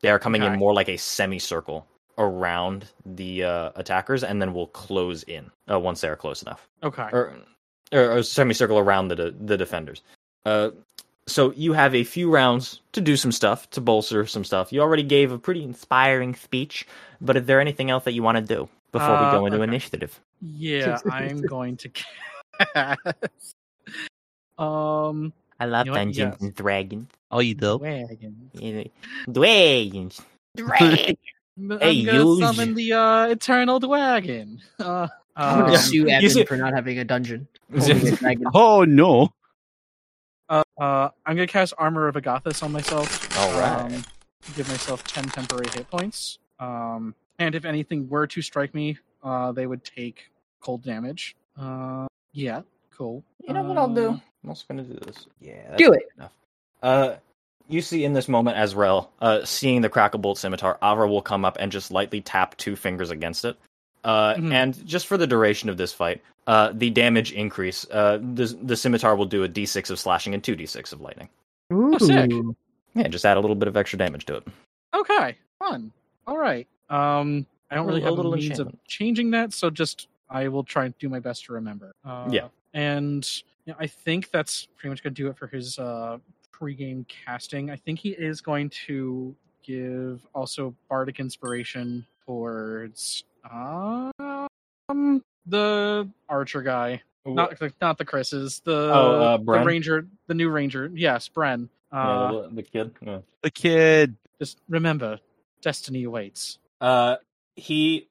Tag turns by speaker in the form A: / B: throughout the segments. A: They are coming
B: Okay.
A: in more like a semicircle around the uh, attackers, and then will close in uh, once they are close enough
B: Okay.
A: or, or a semicircle around the de- the defenders. Uh, so you have a few rounds to do some stuff to bolster some stuff. You already gave a pretty inspiring speech, but is there anything else that you want to do before
B: Uh,
A: we go into
B: okay.
A: initiative?
B: Yeah, I'm going to cast. Um,
A: I love
B: You know what? Dungeons Yes.
A: and Dragons.
C: Oh, you do?
B: wagon.
A: Dragons. Dragons.
B: M-
A: Hey,
B: I'm gonna
A: you-
B: summon the uh, eternal dragon. Uh,
D: I'm gonna
A: Yeah.
B: um,
D: sue
A: You
D: Evan
A: see-
D: for not having a dungeon. Only a dragon.
C: Oh no!
B: uh, uh, I'm gonna cast Armor of Agathis on myself.
A: All right.
B: Um, give myself ten temporary hit points. Um, and if anything were to strike me, uh, they would take cold damage. Uh, yeah, cool.
A: You know what I'll do?
B: Uh,
A: I'm also gonna do this. Yeah,
D: Do it.
A: enough. Uh, you see in this moment, Azrael, uh, seeing the crackle bolt scimitar, Avra will come up and just lightly tap two fingers against it. Uh,
B: Mhm.
A: and just for the duration of this fight, uh, the damage increase. Uh, the the scimitar will do a d6 of slashing and two d6 of lightning.
B: Oh, sick.
D: Ooh.
A: Yeah, just add a little bit of extra damage to it.
B: Okay, fun. All right. Um, I don't really
A: A
B: have
A: little
B: a means of
A: enchantment.
B: changing that, so just I will try and do my best to remember. Uh,
A: Yeah.
B: And yeah, I think that's pretty much going to do it for his uh, pregame casting. I think he is going to give also bardic inspiration towards um the archer guy, not the, not the Chris's, the
A: Oh, uh,
B: the
A: Bren?
B: ranger, the new ranger. Yes, Bren. Uh,
A: Yeah, the, the kid. yeah.
C: The kid.
B: just remember, destiny awaits.
A: Uh, he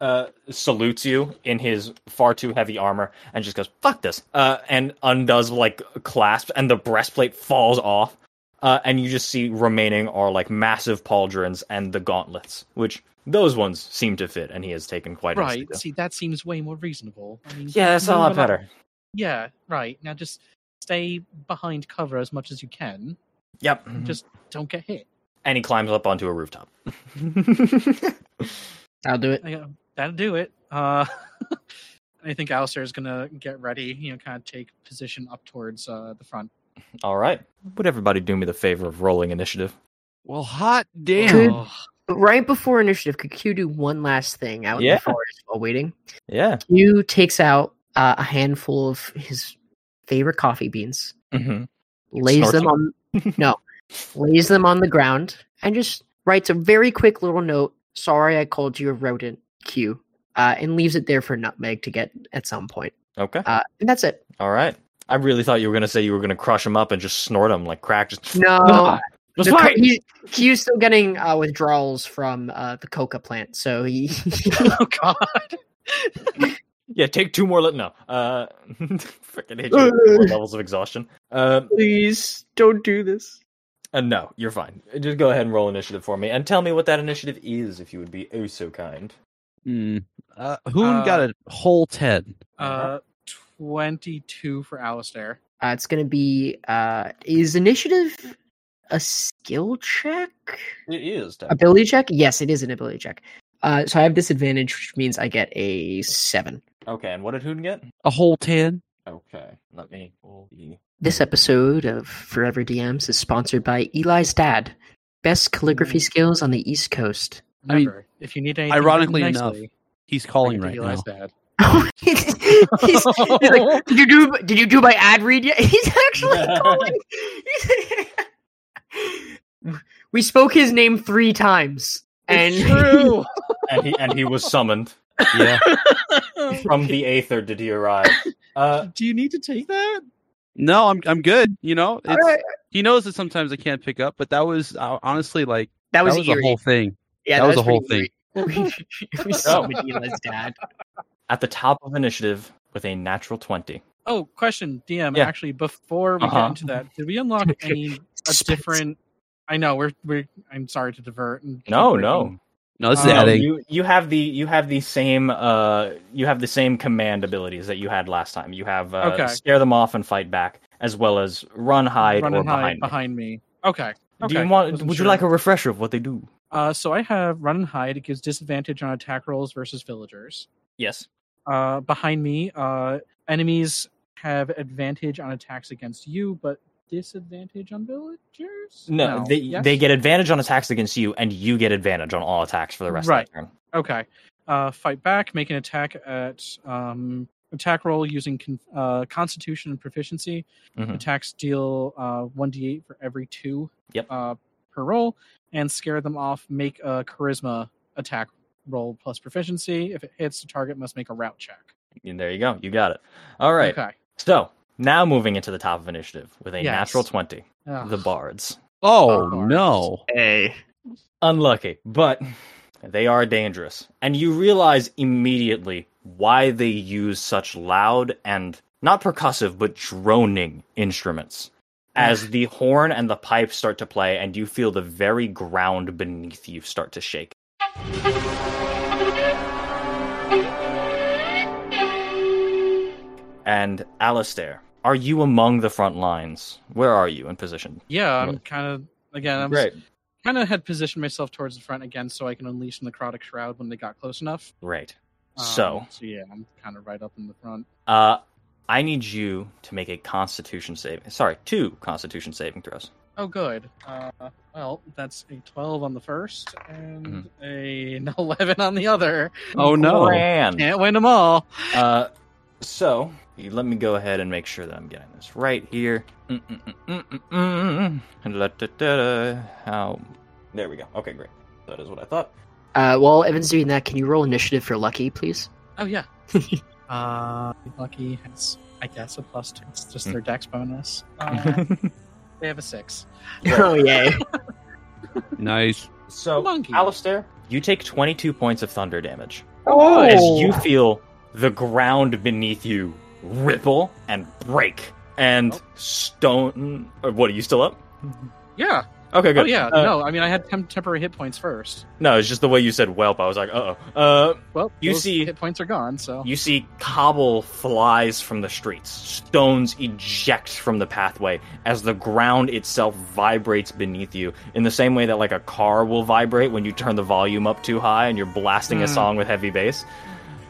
A: uh salutes you in his far too heavy armor and just goes fuck this uh and undoes like clasps and the breastplate falls off uh and you just see remaining are like massive pauldrons and the gauntlets which those ones seem to fit and he has taken quite a
B: Right.
A: stick to.
B: See, that seems way more reasonable. I mean,
A: yeah that's a
B: no,
A: lot
B: we're not-
A: better
B: Yeah. Right. Now, just stay behind cover as much as you can.
A: yep
B: Just don't get hit.
A: and he climbs up onto a rooftop
D: I'll do it.
B: I, uh, that'll do it. Uh, I think Alistair is gonna get ready. You know, kind of take position up towards uh, the front.
A: all right would everybody do me the favor of rolling initiative
C: Well, hot damn!
D: Good.
B: Oh,
D: But right before initiative, could Q do one last thing out in
A: Yeah.
D: the forest while waiting?
A: yeah
D: Q takes out uh, a handful of his favorite coffee beans,
A: mm-hmm.
D: lays
A: Snorts
D: them on no, lays them on the ground, and just writes a very quick little note. Sorry, I called you a rodent, Q, uh, and leaves it there for Nutmeg to get at some point.
A: okay
D: Uh, and that's it.
A: All right. I really thought you were gonna say you were gonna crush him up and just snort him like crack. Just
D: No,
B: Oh,
A: Just
D: Ah, the co-
A: fight!
D: he- Q's still getting uh, withdrawals from uh, the coca plant, so he
B: oh God.
A: yeah, take two more. Let no. Uh, freaking hit you with more levels of exhaustion. Uh,
D: please don't do this.
A: uh, no, you're fine. Just go ahead and roll initiative for me, and tell me what that initiative is, if you would be oh so kind.
C: Mm. Uh, Hoon
B: Uh,
C: got a whole ten.
B: Uh, twenty-two for Alistair.
D: Uh, it's going to be uh, is initiative a skill check,
A: It is. technically.
D: ability check? Yes, it is an ability check. Uh, so I have disadvantage, which means I get a seven.
A: Okay, and what did Hoon get?
C: A whole ten.
A: Okay, let me. roll the-
D: This episode of Forever DMs is sponsored by Eli's dad. Best calligraphy skills on the East Coast.
C: I mean,
B: Remember, if you need anything, written
C: ironically enough,
B: nicely,
C: He's calling
B: bring
C: right
B: it to
C: now.
B: Eli's dad.
D: He's- he's like, did you do? Did you do my ad read yet? He's actually calling. we spoke his name three times, and
B: It's true.
A: and he and he was summoned
C: yeah.
A: from the aether. Did he arrive? Uh,
B: Do you need to take that?
C: No, I'm I'm good. You know,
D: All
C: it's,
D: right.
C: he knows that sometimes I can't pick up, but that was uh, honestly like
D: that was,
C: the
D: eerie.
C: whole thing.
D: yeah,
C: that was the whole
D: pretty eerie.
B: Oh.
D: we saw Medina's dad.
A: at the top of initiative with a natural twenty.
B: Oh, question, DM.
A: Yeah.
B: Actually, before we
A: Uh-huh.
B: get into that, did we unlock any a different? I know we're we're. I'm sorry to divert. And keep
A: No, no.
B: breaking.
C: No, this is
B: Um,
C: adding.
A: Oh, you you have the you have the same uh you have the same command abilities that you had last time. You have uh,
B: Okay.
A: scare them off and fight back, as well as run, hide,
B: Run
A: or
B: and hide
A: behind.
B: behind me. Okay.
A: Do you
B: okay,
A: want?
B: wasn't
A: Would
B: sure.
A: you like a refresher of what they do?
B: Uh, so I have run and hide. It gives disadvantage on attack rolls versus villagers.
A: Yes.
B: Uh, behind me, uh, enemies have advantage on attacks against you, but disadvantage on villagers?
A: No, they
B: yes?
A: they get advantage on attacks against you, and you get advantage on all attacks for the rest
B: Right.
A: of the turn.
B: Okay. Uh, fight back. Make an attack at um, attack roll using con- uh, Constitution and proficiency.
A: Mhm.
B: Attacks deal uh, one d eight for every two.
A: Yep.
B: Uh, per roll, and scare them off. Make a Charisma attack roll plus proficiency. If it hits, the target must make a route check.
A: And there you go. You got it. All right.
B: Okay.
A: So now moving into the top of initiative with a
B: Yes.
A: natural twenty,
B: Ugh.
A: the bards.
C: Oh
B: Oh,
C: no!
D: Hey.
A: Unlucky, but they are dangerous, and you realize immediately why they use such loud and not percussive but droning instruments. As the horn and the pipe start to play, and you feel the very ground beneath you start to shake. And Alistair, are you among the front lines? Where are you in position?
B: Yeah, I'm kind of again. I'm
A: Right.
B: kind of had positioned myself towards the front again, so I can unleash the necrotic shroud when they got close enough. Um,
A: Right. So-
B: so yeah, I'm kind of right up in the front.
A: Uh, I need you to make a Constitution saving. Sorry, two Constitution saving throws.
B: Oh, good. Uh, well, that's a 12 on the first and a
A: Mm-hmm.
B: an 11 on the other.
C: Oh no!
A: Grand.
B: Can't win them all.
A: Uh, so let me go ahead and make sure that I'm getting this right here. Mm-mm-mm-mm-mm-mm. La-da-da-da. How? There we go. Okay, great. That is what I thought.
D: Uh, while Evan's doing that, can you roll initiative for Lucky, please?
B: Oh, yeah. uh, Lucky has, I guess, a plus two. It's just their
A: Mm.
B: dex bonus. Uh, they have a six.
D: Oh yay!
C: Nice.
A: So,
B: Monkey.
A: Alistair, you take 22 points of thunder damage.
D: Oh,
A: as you feel the ground beneath you ripple and break and
B: Oh.
A: stone or what are you still up
B: Yeah.
A: okay good
B: Oh, yeah.
A: Uh,
B: no, I mean, I had temp- temporary hit points first.
A: no it's just the way you said whelp i was like uh-oh uh
B: Well,
A: You
B: those
A: see-
B: hit points are gone, so.
A: you see cobble flies from the streets stones eject from the pathway as the ground itself vibrates beneath you in the same way that like a car will vibrate when you turn the volume up too high and you're blasting a
B: Hmm.
A: song with heavy bass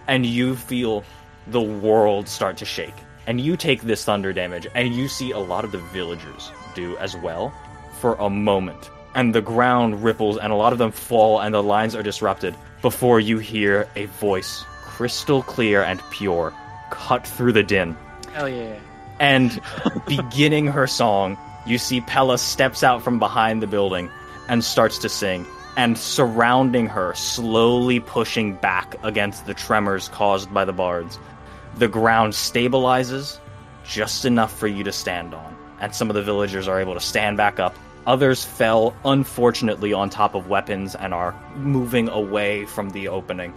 A: and you feel the world start to shake and you take this thunder damage and you see a lot of the villagers do as well for a moment and the ground ripples and a lot of them fall and the lines are disrupted before you hear a voice crystal clear and pure cut through the din
B: Hell yeah.
A: and beginning her song, you see Pella steps out from behind the building and starts to sing. And surrounding her, slowly pushing back against the tremors caused by the bards, the ground stabilizes just enough for you to stand on. And some of the villagers are able to stand back up. Others fell, unfortunately, on top of weapons and are moving away from the opening.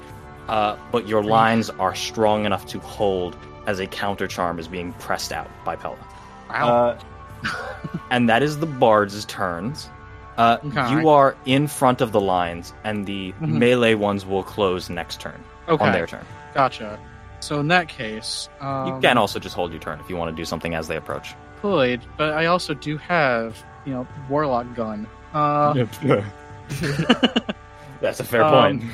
A: Uh, but your lines are strong enough to hold as a counter charm is being pressed out by Pella.
B: Wow.
A: and that is the bard's turns. Uh,
B: Okay.
A: You are in front of the lines, and the
B: Mhm.
A: melee ones will close next turn
B: okay.
A: on their turn.
B: Gotcha. So in that case, um,
A: you can also just hold your turn if you want to do something as they approach.
B: could, but I also do have, you know, warlock gun. Uh,
A: That's a fair
B: Um,
A: point.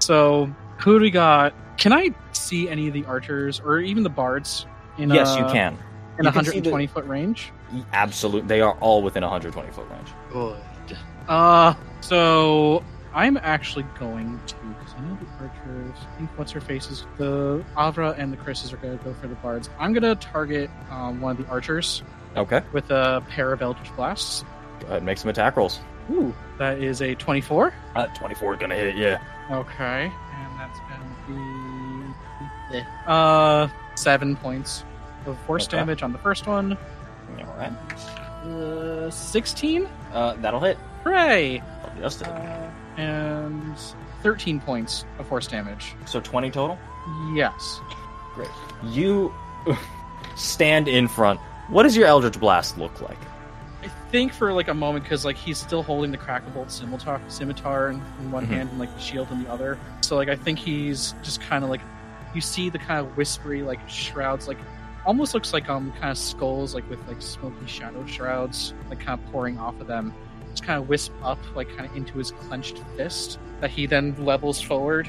B: So who do we got? Can I see any of the archers or even the bards? In
A: yes, you
B: uh,
A: can.
B: In
A: You can see the-
B: 120 foot range.
A: Absolute. They are all within 120 foot range.
D: Good.
B: Uh, so I'm actually going to because I know the archers. I think what's her face is the Avra and the Chris's are going to go for the bards. I'm going to target um, one of the archers
A: Okay.
B: with a pair of eldritch blasts.
A: Go ahead and make some attack rolls.
B: Ooh, that is a 24.
A: Uh, 24 is going to hit, yeah.
B: Okay. And that's going to be uh seven points of force
A: Okay.
B: damage on the first one.
A: All right.
B: Uh, Sixteen.
A: Uh, that'll hit.
B: Hooray!
A: Just it.
B: Uh, and thirteen points of force damage.
A: So 20 total?
B: Yes.
A: You stand in front. What does your Eldritch Blast look like?
B: I think for like a moment, because like he's still holding the crackable scimitar, scimitar in, in one
A: Mhm.
B: hand and like the shield in the other. So like I think he's just kind of like you see the kind of whispery like shrouds, like almost looks like um kind of skulls like with like smoky shadow shrouds like kind of pouring off of them. Just kind of wisp up like kind of into his clenched fist that he then levels forward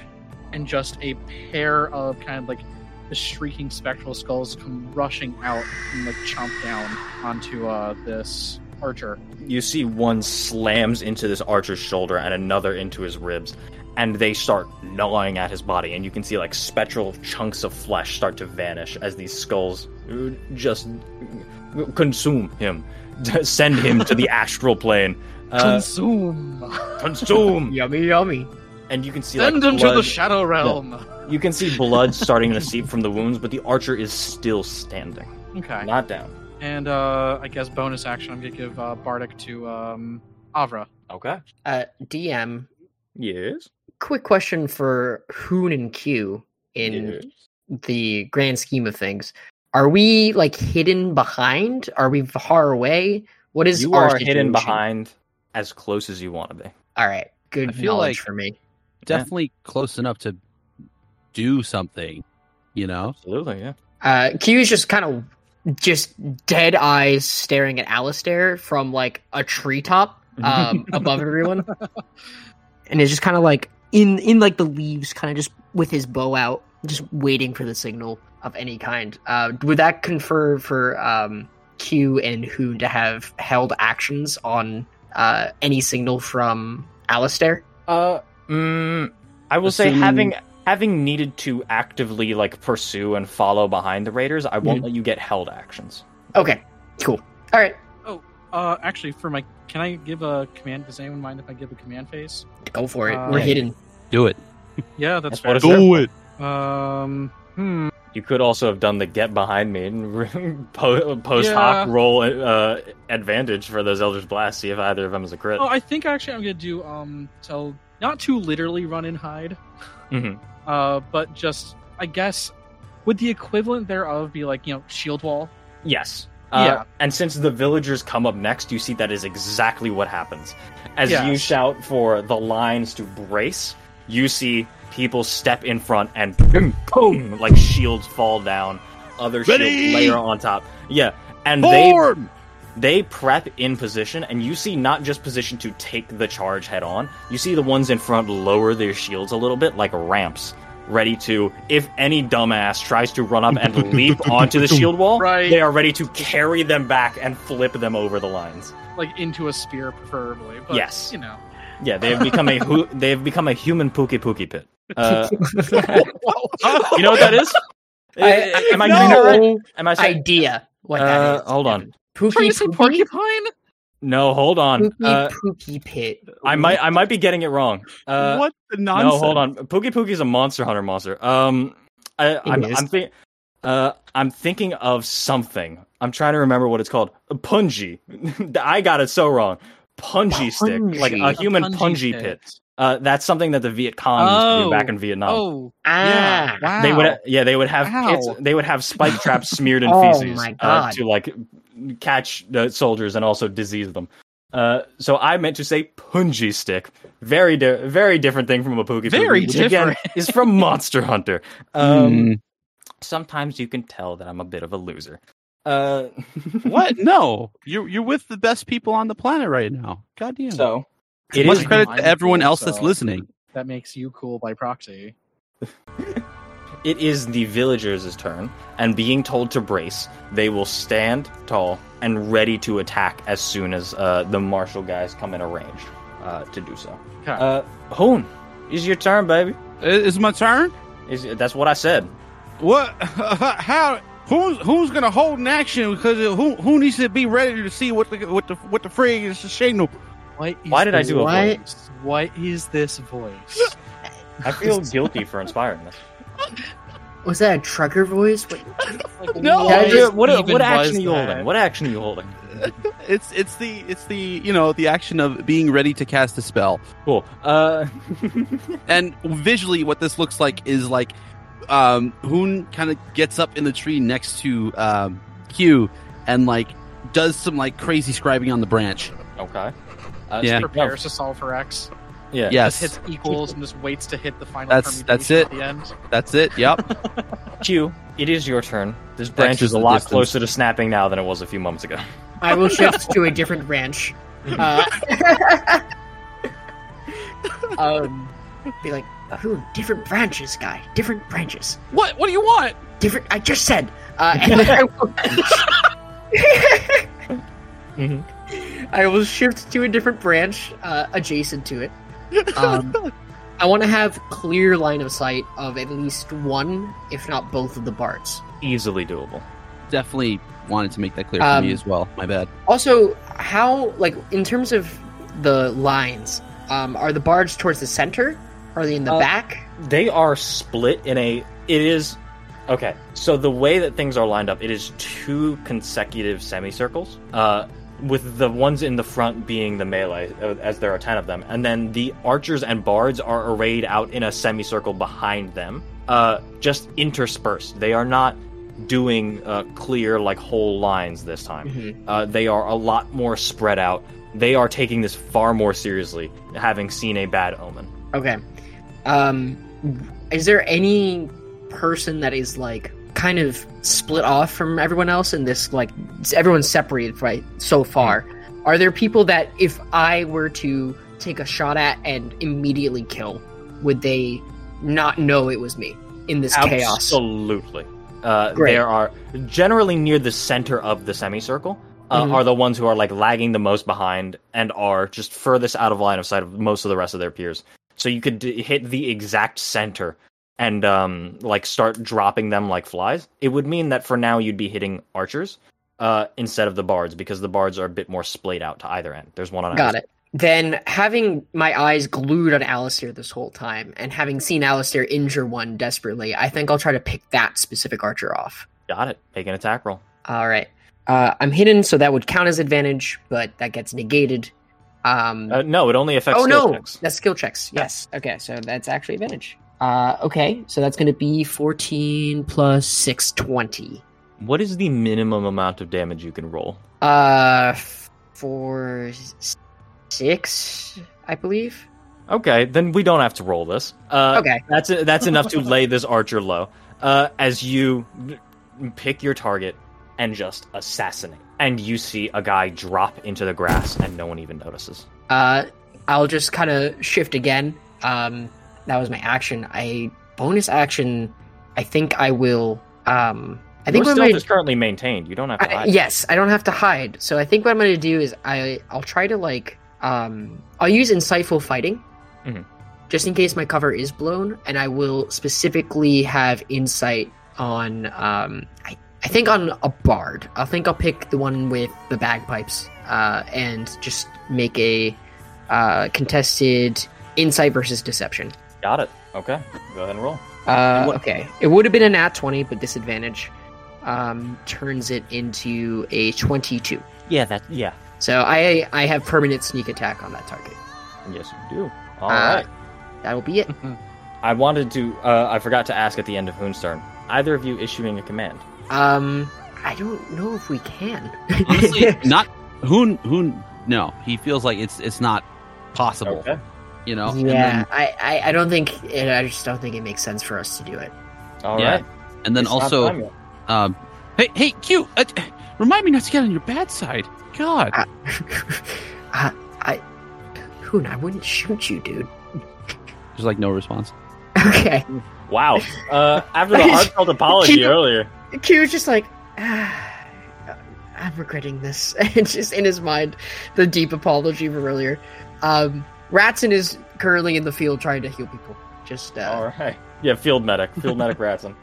B: and just a pair of kind of like the shrieking spectral skulls come rushing out and like chomp down onto uh, this archer.
A: You see one slams into this archer's shoulder and another into his ribs, and they start gnawing at his body, and you can see like spectral chunks of flesh start to vanish as these skulls uh, just consume him, send him to the astral plane. Uh,
B: Consume!
A: consume,
D: Yummy, yummy.
A: and you can see like
B: Send him to the
A: blood-
B: shadow realm.
A: you can see blood starting to seep from the wounds, but the archer is still standing,
B: Okay.
A: not down.
B: And uh, I guess bonus action, I'm gonna give uh, Bardic to um, Avra.
A: Okay.
D: Uh, DM,
A: Yes.
D: quick question for Hoon and Q in
A: Yes.
D: the grand scheme of things. Are we like hidden behind? Are we far away? What is
A: you
D: our
A: are hidden
D: situation?
A: behind as close as you want to be.
D: All right, good
C: I feel
D: knowledge
C: like-
D: for me.
C: Definitely close enough to do something, you know?
A: Absolutely, yeah.
D: Uh, Q's just kind of just dead eyes staring at Alistair from like a treetop um, above everyone, and it's just kind of like in in like the leaves, kind of just with his bow out, just waiting for the signal of any kind. Uh, would that confer for um, Q and Hoon to have held actions on uh, any signal from Alistair?
A: Uh, mm, I will say
C: Assuming-
A: having having needed to actively like pursue and follow behind the raiders, I
B: Mm-hmm.
A: won't let you get held actions.
D: Okay, cool. All right,
B: Uh, actually, for my, can I give a command? Does anyone mind if I give a command phase?
D: go for it.
B: Uh,
D: We're
A: yeah.
D: hidden.
C: Do it.
B: Yeah, that's,
A: That's what
B: fair.
A: it's- Do
C: it.
B: Um, hmm.
A: You could also have done the get behind me and po- post hoc
B: Yeah.
A: roll uh, advantage for those elders blast. See if either of them is a crit.
B: Oh, I think actually I'm gonna do um, so not to literally run and hide,
A: Mhm.
B: uh, but just I guess would the equivalent thereof be like you know shield wall?
A: Yes. Uh,
B: Yeah.
A: And since the villagers come up next, you see that is exactly what happens. As
B: Yeah.
A: you shout for the lines to brace, you see people step in front and boom, boom, like shields fall down, other
C: Ready?
A: shields layer on top. Yeah. And
C: Form!
A: they they prep in position, and you see not just position to take the charge head on. You see the ones in front lower their shields a little bit, like ramps, ready to if any dumbass tries to run up and leap onto the shield wall,
B: Right.
A: they are ready to carry them back and flip them over the lines.
B: like into a spear, preferably. But,
A: Yes.
B: you know.
A: Yeah, they have become a hu- they have become a human pookie pookie pit. Uh, you know what that is?
D: I-
A: am I
D: no
A: saying that right? Am I saying?
D: idea what
A: Uh,
D: that is.
A: hold on.
B: Trying
D: Pookie
B: to say
D: Pookie
B: porcupine?
A: No, hold on.
D: Pookie
A: Uh,
D: Pookie Pit.
A: I might I might be getting it wrong. Uh,
C: what the nonsense?
A: No, hold on. Pookie Pookie's a monster hunter monster. Um, I, I'm
D: is.
A: I'm, think, uh, I'm thinking of something. I'm trying to remember what it's called. A punji. I got it so wrong. Punji stick, like a
D: Punji.
A: human
B: A
A: punji, pit. Uh, that's something that the Viet Cong used to do
B: Oh.
A: back in Vietnam.
B: Oh,
D: Ah,
B: yeah. Wow.
A: They would, yeah, they would have
B: Ow.
A: pits, they would have spike traps smeared in
D: Oh
A: feces
D: my
A: uh,
D: God.
A: to like catch the soldiers and also disease them. Uh, so I meant to say punji stick, very di- very different thing from a poogie.
B: Very
A: Poogie, which again
B: different.
A: is from Monster Hunter. Um,
C: Um,
A: Sometimes you can tell that I'm a bit of a loser. Uh,
C: what? No, you're you're with the best people on the planet right now. Goddamn.
A: so it
C: much
A: is
C: credit to
B: mindful,
C: everyone else that's
B: so-
C: listening.
B: that makes you cool by proxy.
A: it is the villagers' turn, and being told to brace, they will stand tall and ready to attack as soon as uh, the martial guys come in a range uh, to do so.
B: Okay.
A: Uh, Hoon, it's your turn, baby.
C: I- Is my turn?
A: Is that's what I said.
C: What? How? Who's who's gonna hold an action? Because who who needs to be ready to see what the what the what the frig is the signal?
B: What is
A: Why did I do a
D: What?
B: voice? What is this voice?
A: I feel guilty for inspiring this.
D: Was that a trucker voice? Wait,
B: Like,
C: No.
B: what
C: I
A: What, what,
B: even
A: what action
B: was
A: are you
B: that?
A: holding? What action are you holding?
C: It's it's the it's the you know the action of being ready to cast a spell.
A: Cool. Uh,
C: And visually, what this looks like is like um, Hoon kind of gets up in the tree next to um, Q and like does some like crazy scribing on the branch.
A: okay. Uh,
C: Yeah.
A: speaking of-
B: Prepares to solve for X.
A: yeah.
C: Yes,
B: Just hits equals and just waits to hit the final
C: That's-
B: permutation at
C: that's
B: the end.
C: that's it. Yep.
A: Q, it is your turn. This branch
C: Next
A: is
C: is
A: a
C: the
A: lot
C: distance.
A: closer to snapping now than it was a few moments ago.
D: I will shift to a different branch. Uh, um, be like, ooh, different branches, guy. Different branches.
C: What? What do you want?
D: different. I just said. Uh, and then I will,
A: Mhm.
D: I will shift to a different branch uh, adjacent to it. Um, I want to have clear line of sight of at least one, if not both, of the bards.
A: Easily doable.
C: Definitely wanted to make that clear
D: Um,
C: for me as well. My bad.
D: Also, how like in terms of the lines, um, are the bards towards the center? Are they in the
A: Uh,
D: back?
A: They are split in a. It is. Okay, so the way that things are lined up, it is two consecutive semicircles, uh, with the ones in the front being the melee, uh, as there are 10 of them. And then the archers and bards are arrayed out in a semicircle behind them, uh, just interspersed. They are not doing uh, clear, like, whole lines this time.
D: Mhm.
A: Uh, they are a lot more spread out. They are taking this far more seriously, having seen a bad omen.
D: Okay. Um, is there any person that is like kind of split off from everyone else in this? Like s- everyone's separated right so far. Are there people that if I were to take a shot at and immediately kill, would they not know it was me in this chaos?
A: Absolutely. Uh,
D: Great.
A: there are generally near the center of the semicircle uh,
D: Mhm.
A: are the ones who are like lagging the most behind and are just furthest out of line of sight of most of the rest of their peers. So you could d- hit the exact center and um, like start dropping them like flies. It would mean that for now you'd be hitting archers uh, instead of the bards because the bards are a bit more splayed out to either end. There's one on
D: Got it. Then having my eyes glued on Alistair this whole time and having seen Alistair injure one desperately, I think I'll try to pick that specific archer off.
A: Got it. Make an attack roll.
D: All right. Uh, I'm hidden, so that would count as advantage, but that gets negated. Um,
A: Uh, no, it only affects.
D: oh,
A: skill
D: no.
A: checks.
D: That's skill checks. Yes. Okay, so that's actually advantage. Uh, okay, so that's going to be 14 plus 6, 20.
A: What is the minimum amount of damage you can roll?
D: Uh, 4, 6, I believe.
A: Okay, then we don't have to roll this. Uh,
D: Okay.
A: that's that's enough to lay this archer low. Uh, as you pick your target and just assassinate, and you see a guy drop into the grass, and no one even notices.
D: Uh, I'll just kind of shift again. Um, that was my action. I bonus action. I think I will. Um, I think
A: Your
D: what
A: stealth
D: I'm gonna,
A: is currently maintained. You don't have to
D: I,
A: hide.
D: yes, I don't have to hide. So I think what I'm going to do is I I'll try to like um I'll use insightful fighting,
A: Mhm.
D: just in case my cover is blown, and I will specifically have insight on um I, I think on a bard. I think I'll pick the one with the bagpipes uh, and just make a uh, contested insight versus deception.
A: Got it. Okay, go ahead and roll.
D: Uh,
A: What-
D: okay. It would have been an at 20, but disadvantage um, turns it into a 22.
A: Yeah, that. Yeah.
D: So I I have permanent sneak attack on that target.
A: Yes, you do. All
D: Uh,
A: right.
D: That'll be it.
A: I wanted to. Uh, I forgot to ask at the end of Hoon's turn. Either of you issuing a command.
D: Um, I don't know if we can.
C: Honestly, not who who. No, he feels like it's it's not possible.
A: Okay.
C: You know. And
D: yeah,
C: then,
D: I, I I don't think I just don't think it makes sense for us to do it.
A: All right.
C: Yeah. and then
A: It's not
C: also,
A: time yet.
C: um, hey hey Q, uh, remind me not to get on your bad side. God.
D: Ah. I Uh, I Hoon, I wouldn't shoot you, dude.
C: There's like no response.
D: Okay.
A: Wow. Uh, after the heartfelt apology
D: Keep-
A: earlier.
D: Q was just like ah, I'm regretting this. And just in his mind, the deep apology from earlier. Um Ratson is currently in the field trying to heal people. Just uh,
A: All right. Yeah, field medic, field medic Ratson.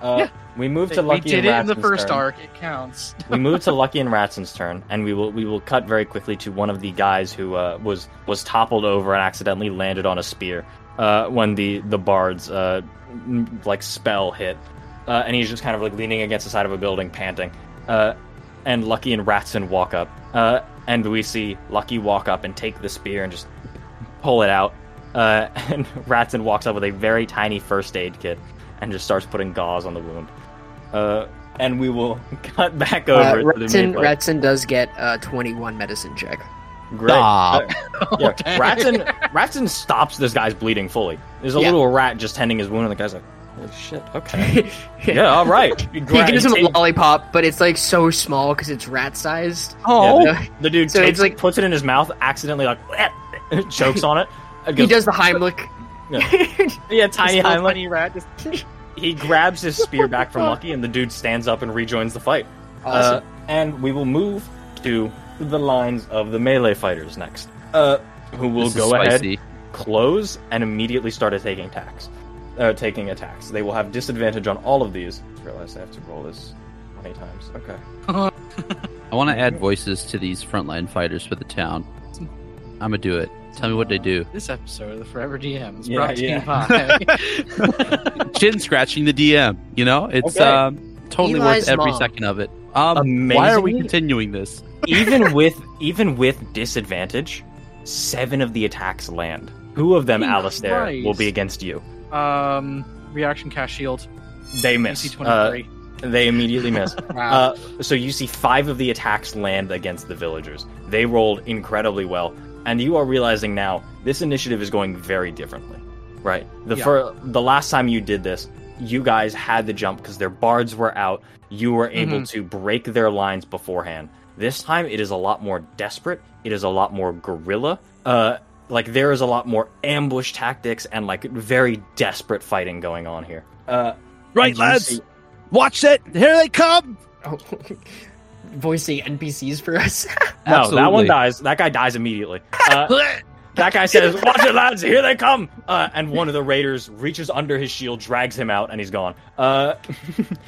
A: Uh,
C: Yeah.
A: We move to
B: we
A: Lucky and
B: did it in the
A: Ratson's
B: first
A: turn.
B: arc. It counts.
A: we move to Lucky and Ratson's turn, and we will we will cut very quickly to one of the guys who uh, was was toppled over and accidentally landed on a spear uh, when the the bard's uh, m- like spell hit, uh, and he's just kind of like leaning against the side of a building, panting. Uh, and Lucky and Ratson walk up, uh, and we see Lucky walk up and take the spear and just pull it out. Uh, and Ratson walks up with a very tiny first aid kit and just starts putting gauze on the wound. Uh, and we will cut back over
D: Uh,
A: to the
D: Ratson,
A: main fight.
D: Ratson does get a 21 medicine check.
A: Great.
C: Stop.
A: Uh, yeah, Ratson, Ratson stops this guy's bleeding fully. There's a
D: Yeah.
A: little rat just tending his wound, and the guy's like, "Holy shit! Okay, yeah, all right." He
D: He
A: gra-
D: gives him a
A: take-
D: lollipop, but it's like so small because it's rat sized.
A: Oh.
D: Yeah,
A: the dude
D: So
A: takes,
D: it's like-
A: puts it in his mouth, accidentally like chokes on it. and
D: he
A: goes,
D: does the Heimlich.
A: Yeah, tiny
B: This little
A: Heimlich.
B: funny rat just
A: he grabs his spear back from Lucky, and the dude stands up and rejoins the fight.
D: Awesome.
A: Uh, and we will move to the lines of the melee fighters next, uh, who will
C: This is
A: go ahead,
C: spicy.
A: close, and immediately start taking attacks. Uh, taking attacks. They will have disadvantage on all of these. I realize I have to roll this many times. Okay.
C: I want to add voices to these frontline fighters for the town. I'm gonna do it. Tell me what they do.
B: This episode of the Forever DM is
A: Yeah,
B: brought to
A: yeah.
B: you by.
C: Chin scratching the DM. You know, it's
A: Okay.
C: um, totally
D: Eli's
C: worth every
D: mom.
C: second of it. Um,
A: Amazingly-
C: why are we continuing this?
A: even with even with disadvantage, seven of the attacks land. Two of them,
B: Jesus
A: Alistair, will be
B: Christ.
A: against you.
B: um, reaction cast shield.
A: They
B: DC
A: miss. Uh,
B: twenty three.
A: they immediately miss.
B: wow.
A: Uh, so you see five of the attacks land against the villagers. They rolled incredibly well, and you are realizing now this initiative is going very differently, right? The
B: Yeah.
A: fir- the last time you did this, you guys had the jump because their bards were out. You were
B: Mm-hmm.
A: able to break their lines beforehand. This time it is a lot more desperate. It is a lot more guerrilla. Uh, like there is a lot more ambush tactics and like very desperate fighting going on here. Uh,
C: Right,
A: and you
C: lads,
A: see-
C: watch it. Here they come.
D: Oh, voicing NPCs for us.
A: No, that one dies. That guy dies immediately. Uh, that guy says, "Watch it, lads! Here they come!" Uh, and one of the raiders reaches under his shield, drags him out, and he's gone. Uh,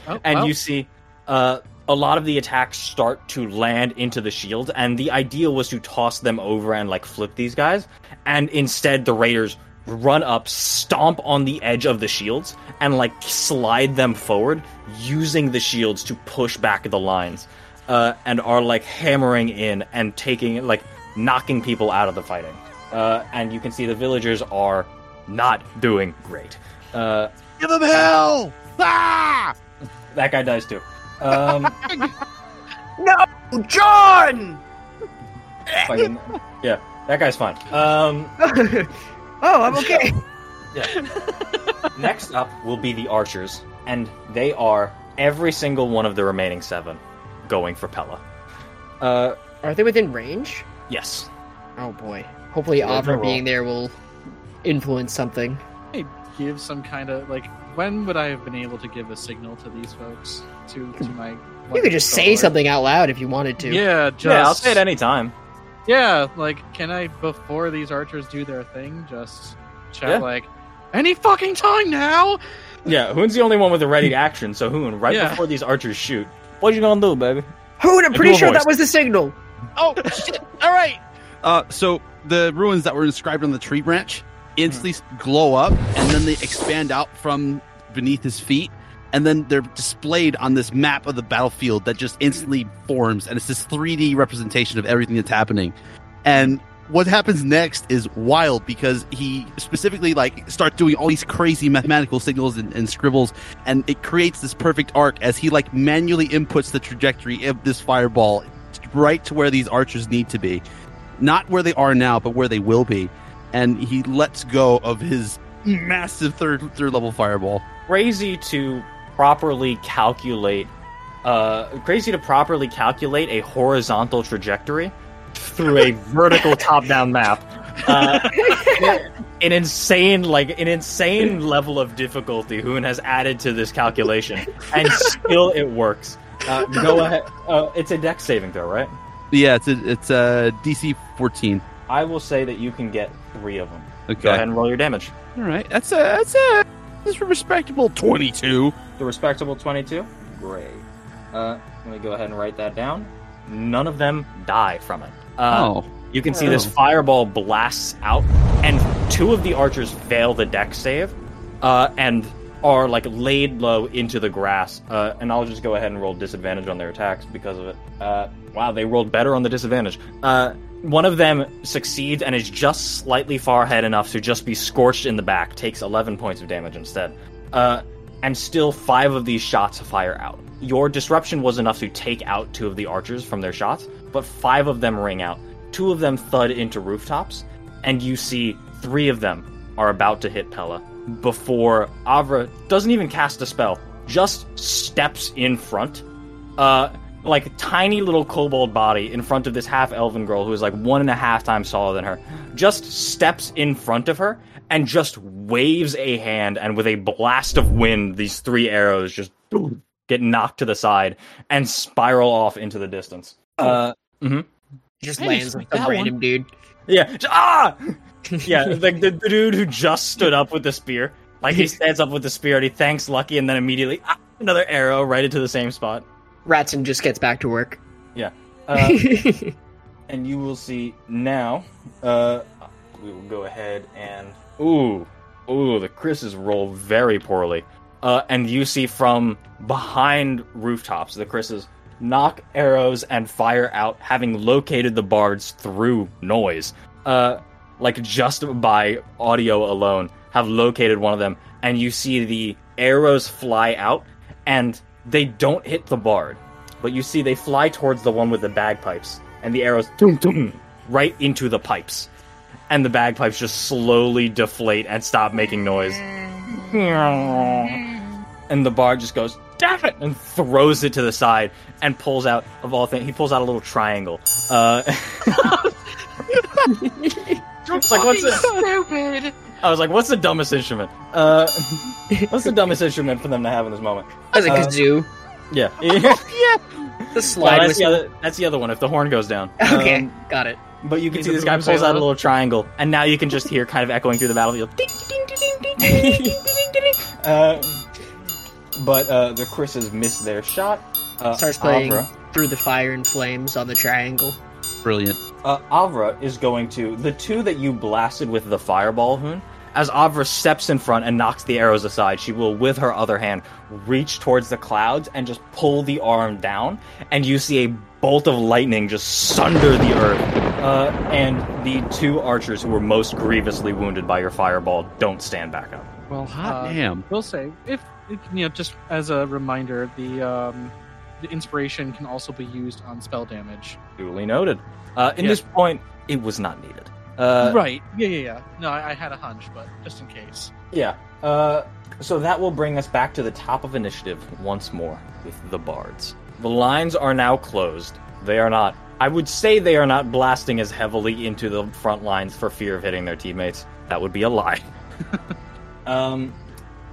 B: Oh,
A: and
B: well,
A: you see uh, a lot of the attacks start to land into the shield. And the idea was to toss them over and like flip these guys, and instead the raiders run up, stomp on the edge of the shields, and like slide them forward, using the shields to push back the lines, uh, and are like hammering in and taking like knocking people out of the fighting. Uh, and you can see the villagers are not doing great. Uh,
C: Give them hell. Ah!
A: that guy dies too. Um,
D: Oh, John.
A: Fucking- yeah, that guy's fine. Um,
D: oh, I'm okay.
A: next up will be the archers, and they are every single one of the remaining seven going for Pella. Uh,
D: Are they within range?
A: yes.
D: Oh boy. Hopefully,
A: Yeah, they're
D: Avra
A: wrong.
D: being there will influence something.
B: give some kind of like. When would I have been able to give a signal to these folks? To to my.
D: You could just say
B: Lord?
D: something out loud if you wanted to.
B: Yeah, just
A: Yeah, I'll say it any time.
B: Yeah, like, can I before these archers do their thing, just shout
A: Yeah.
B: like, any fucking time now?
A: Yeah, Hoon's the only one with a ready action, so Hoon, right
B: Yeah.
A: before these archers shoot, what you gonna do, baby?
D: Hoon, I'm
A: Do
D: pretty
A: a
D: sure
A: voice.
D: that was the signal.
C: Oh shit! All right. Uh, so the ruins that were inscribed on the tree branch instantly glow up, and then they expand out from beneath his feet, and then they're displayed on this map of the battlefield that just instantly forms, and it's this 3D representation of everything that's happening. And what happens next is wild because he specifically like starts doing all these crazy mathematical signals and, and scribbles and it creates this perfect arc as he like manually inputs the trajectory of this fireball right to where these archers need to be. Not where they are now, but where they will be. And he lets go of his massive third third level fireball.
A: Crazy to properly calculate, uh, crazy to properly calculate a horizontal trajectory through a vertical top-down map. Uh, an insane like an insane level of difficulty Hoon has added to this calculation and still it works uh, go ahead uh, it's a deck saving throw right
C: Yeah, it's a, it's a DC 14.
A: i will say that you can get three of them
C: Okay.
A: go ahead and roll your damage
C: All right. That's a that's a that's a respectable 22.
A: the respectable 22 great uh, let me go ahead and write that down none of them die from it uh,
C: oh.
A: You can see this
C: Oh.
A: fireball blasts out, and two of the archers fail the deck save, uh, and are like laid low into the grass. Uh, and I'll just go ahead and roll disadvantage on their attacks because of it. Uh, wow, they rolled better on the disadvantage. Uh, one of them succeeds and is just slightly far ahead enough to just be scorched in the back, takes 11 points of damage instead. Uh, and still five of these shots fire out. Your disruption was enough to take out two of the archers from their shots, but five of them ring out. Two of them thud into rooftops, and you see three of them are about to hit Pella before Avra doesn't even cast a spell, just steps in front uh, like tiny little kobold body in front of this half elven girl who is like one and a half times taller than her just steps in front of her and just waves a hand and with a blast of wind these three arrows just boom, get knocked to the side and spiral off into the distance uh
D: Just
C: I
D: lands
C: just
D: with
C: like
D: some
C: that
D: random dude.
A: yeah j- ah yeah like the, the dude who just stood up with the spear like he stands up with the spear and he thanks lucky and then immediately ah, another arrow right into the same spot
D: Ratson just gets back to work.
A: uh, and you will see now. Uh, we will go ahead and ooh, ooh, the Chris's roll very poorly. Uh, and you see from behind rooftops the Chris's knock arrows and fire out, having located the bards through noise. Uh, like just by audio alone, have located one of them, and you see the arrows fly out, and they don't hit the bard but you see they fly towards the one with the bagpipes, and the arrows tum tum right into the pipes, and the bagpipes just slowly deflate and stop making noise. And the bard just goes, "Damn it!" and throws it to the side and pulls out of all things. He pulls out a little triangle. Uh, it's like what's this?
E: Stupid.
A: I was like, "What's the dumbest instrument? Uh, what's the dumbest instrument for them to have in this moment?"
D: As a
A: Uh,
D: kazoo,
A: Yeah.
D: the
A: Well,
D: slide
A: that's, the
D: whistle.
A: other, that's the other one. If the horn goes down,
D: Okay,
A: Um,
D: got it.
A: but you can
B: Is
A: see
B: it
A: this
B: the
A: guy
B: one
A: pulls
B: Zayla?
A: out a little triangle, and now you can just hear kind of echoing through the battlefield. Ding, ding, ding, ding, ding, ding, ding, ding, ding, ding. Uh, but uh, the Chris's missed their shot. Uh,
D: Starts playing through the fire and flames on the triangle.
C: Brilliant.
A: Uh, Avra is going to the two that you blasted with the fireball hoon. As Avra steps in front and knocks the arrows aside, she will, with her other hand, reach towards the clouds and just pull the arm down. And you see a bolt of lightning just sunder the earth. Uh, and the two archers who were most grievously wounded by your fireball don't stand back up.
B: Well,
C: Hot
B: uh,
C: damn.
B: We'll say if you know, just as a reminder, the um, the inspiration can also be used on spell damage.
A: Duly noted. Uh, in
B: Yeah.
A: this point, it was not needed. Uh,
B: right? Yeah, yeah, yeah. No, I, I had a hunch, but just in case.
A: Yeah. Uh, so that will bring us back to the top of initiative once more with the bards. The lines are now closed. They are not. I would say they are not blasting as heavily into the front lines for fear of hitting their teammates. That would be a lie. um,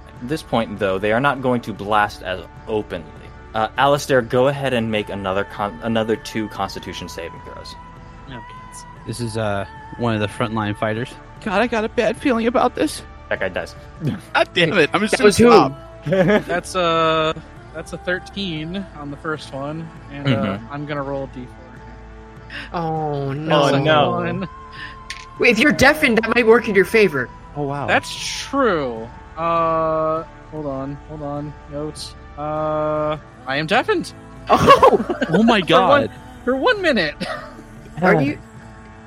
A: at this point, though, they are not going to blast as openly. Uh, Alistair, go ahead and make another con- another two Constitution saving throws.
B: No beans.
C: This is uh one of the frontline fighters. God, I got a bad feeling about this.
A: That guy dies.
C: God damn it. I'm just
D: That was who?
C: top.
B: That's a that's a thirteen on the first one, and
A: Mhm.
B: uh, I'm gonna roll a d4.
D: Oh no!
A: Oh,
B: Second
A: no.
B: one.
D: Wait, if you're deafened, that might work in your favor.
C: Oh wow.
B: That's true. Uh, hold on, hold on. Notes. Uh, I am deafened
D: Oh,
C: oh my god.
B: for one minute.
D: are you?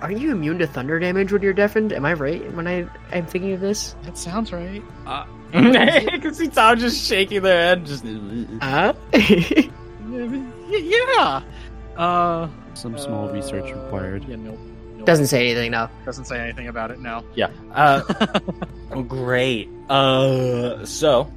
D: Are you immune to thunder damage when you're deafened? Am I right when I am thinking of this?
B: That sounds right.
A: Because see Tom just shaking their head. Just
D: Huh?
B: Yeah. Uh,
C: Some small research
B: uh,
C: required.
B: Yeah, no, no.
D: Doesn't say anything now.
B: doesn't say anything about it. No.
A: Yeah. Uh, great. Uh, so,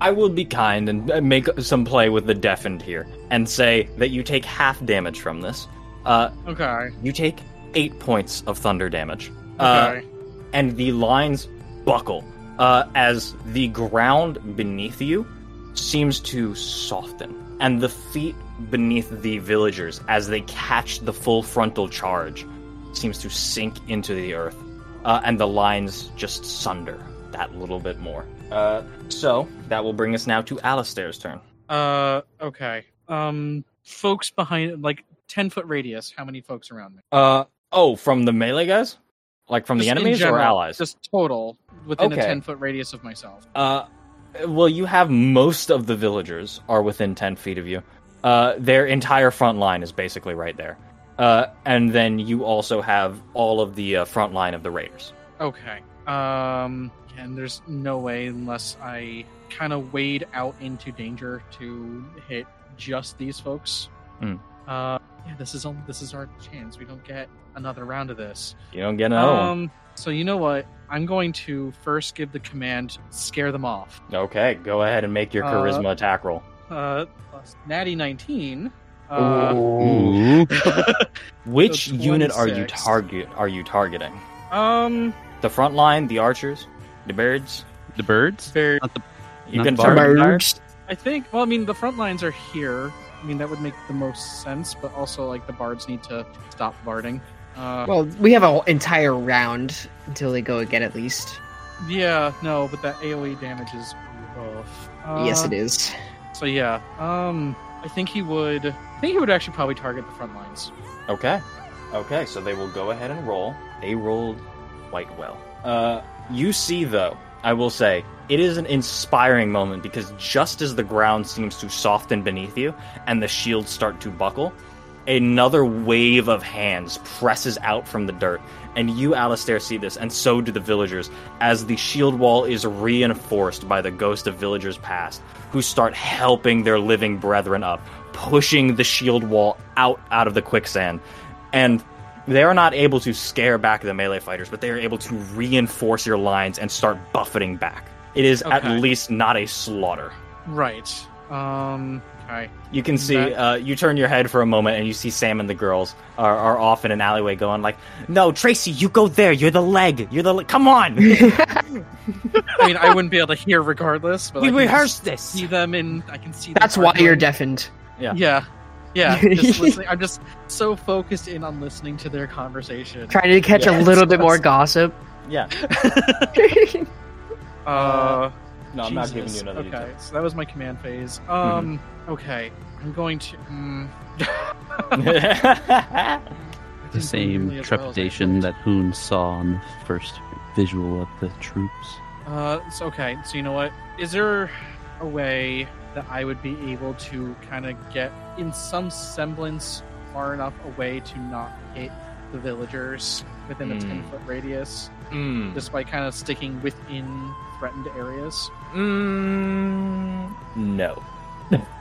A: I will be kind and uh, make some play with the deafened here and say that you take half damage from this. Uh,
B: Okay.
A: you take eight points of thunder damage. Uh,
B: Okay.
A: and the lines buckle uh, as the ground beneath you seems to soften, and the feet beneath the villagers as they catch the full frontal charge seems to sink into the earth, uh, and the lines just sunder that little bit more. Uh, so that will bring us now to Alistair's turn.
B: uh. Okay. Um. Folks behind, like ten foot radius. How many folks around me?
A: Uh, oh, from the melee guys, like from
B: Just
A: the
B: in
A: enemies
B: general,
A: or allies?
B: Just total within a
A: Okay.
B: ten foot radius of myself.
A: Uh, well, you have most of the villagers are within ten feet of you. Uh, their entire front line is basically right there, uh, and then you also have all of the uh, front line of the raiders.
B: Okay. Um. And there's no way unless I kind of wade out into danger to hit just these folks.
A: Hmm.
B: Uh. Yeah. This is only this is our chance. We don't get another round of this.
A: You don't get another one.
B: Um, so you know what? I'm going to first give the command scare them off.
A: Okay, go ahead and make your
B: uh,
A: charisma attack roll.
B: Uh, plus natty 19 Uh,
C: Ooh.
A: Which
B: So
A: unit are you
B: 26.
A: target are you targeting?
B: um,
A: The front line, the archers, the birds.
C: The birds?
B: very.
C: Not the
A: You
C: Not
A: can
C: the
A: target the birds.
D: Birds.
B: I think. Well, I mean, the front lines are here. I mean, that would make the most sense. But also, like, the bards need to stop barding.
A: Oh.
B: Uh,
D: Well, we have an entire round until they go again, at least.
B: yeah, no, but that AOE damage is rough. Uh,
D: yes, it is.
B: So yeah, um, I think he would. I think he would actually probably target the front lines.
A: Okay. Okay, so they will go ahead and roll. They rolled quite well. Uh, you see, though, I will say, it is an inspiring moment because just as the ground seems to soften beneath you and the shields start to buckle, another wave of hands presses out from the dirt. And you, Alistair, see this, and so do the villagers, as the shield wall is reinforced by the ghost of villagers past, who start helping their living brethren up, pushing the shield wall out out of the quicksand. And they are not able to scare back the melee fighters, but they are able to reinforce your lines and start buffeting back. It is at
B: Okay.
A: least not a slaughter.
B: Right. Um. Okay.
A: You can see,
B: That-
A: uh, you turn your head for a moment and you see Sam and the girls are, are off in an alleyway going like, No, Tracy, you go there. You're the leg. You're the leg. Come on. we
B: I mean, I wouldn't be able to hear regardless, but I can
A: rehearsed
B: just
A: this.
B: See them, and I can see. them
D: That's why you're
B: arguing.
D: deafened.
A: Yeah.
B: Yeah. Yeah. Just listening. I'm just so focused in on listening to their conversation.
D: Trying to catch
A: Yeah.
D: a little bit more gossip.
A: Yeah.
B: Uh,
A: No, I'm not giving
B: Jesus.
A: you another
B: Okay,
A: detail. Mhm.
B: so that was my command phase. Um. Okay. I'm going to. Mm, I didn't do
C: the same
B: nearly as well as I
C: trepidation that Hoon saw on the first visual of the troops.
B: Uh, it's okay. So you know what? Is there a way that I would be able to kind of get in some semblance far enough away to not hit the villagers within a
A: Hmm.
B: ten foot radius,
A: Mm.
B: just by kind of sticking within threatened areas?
A: Mm, no.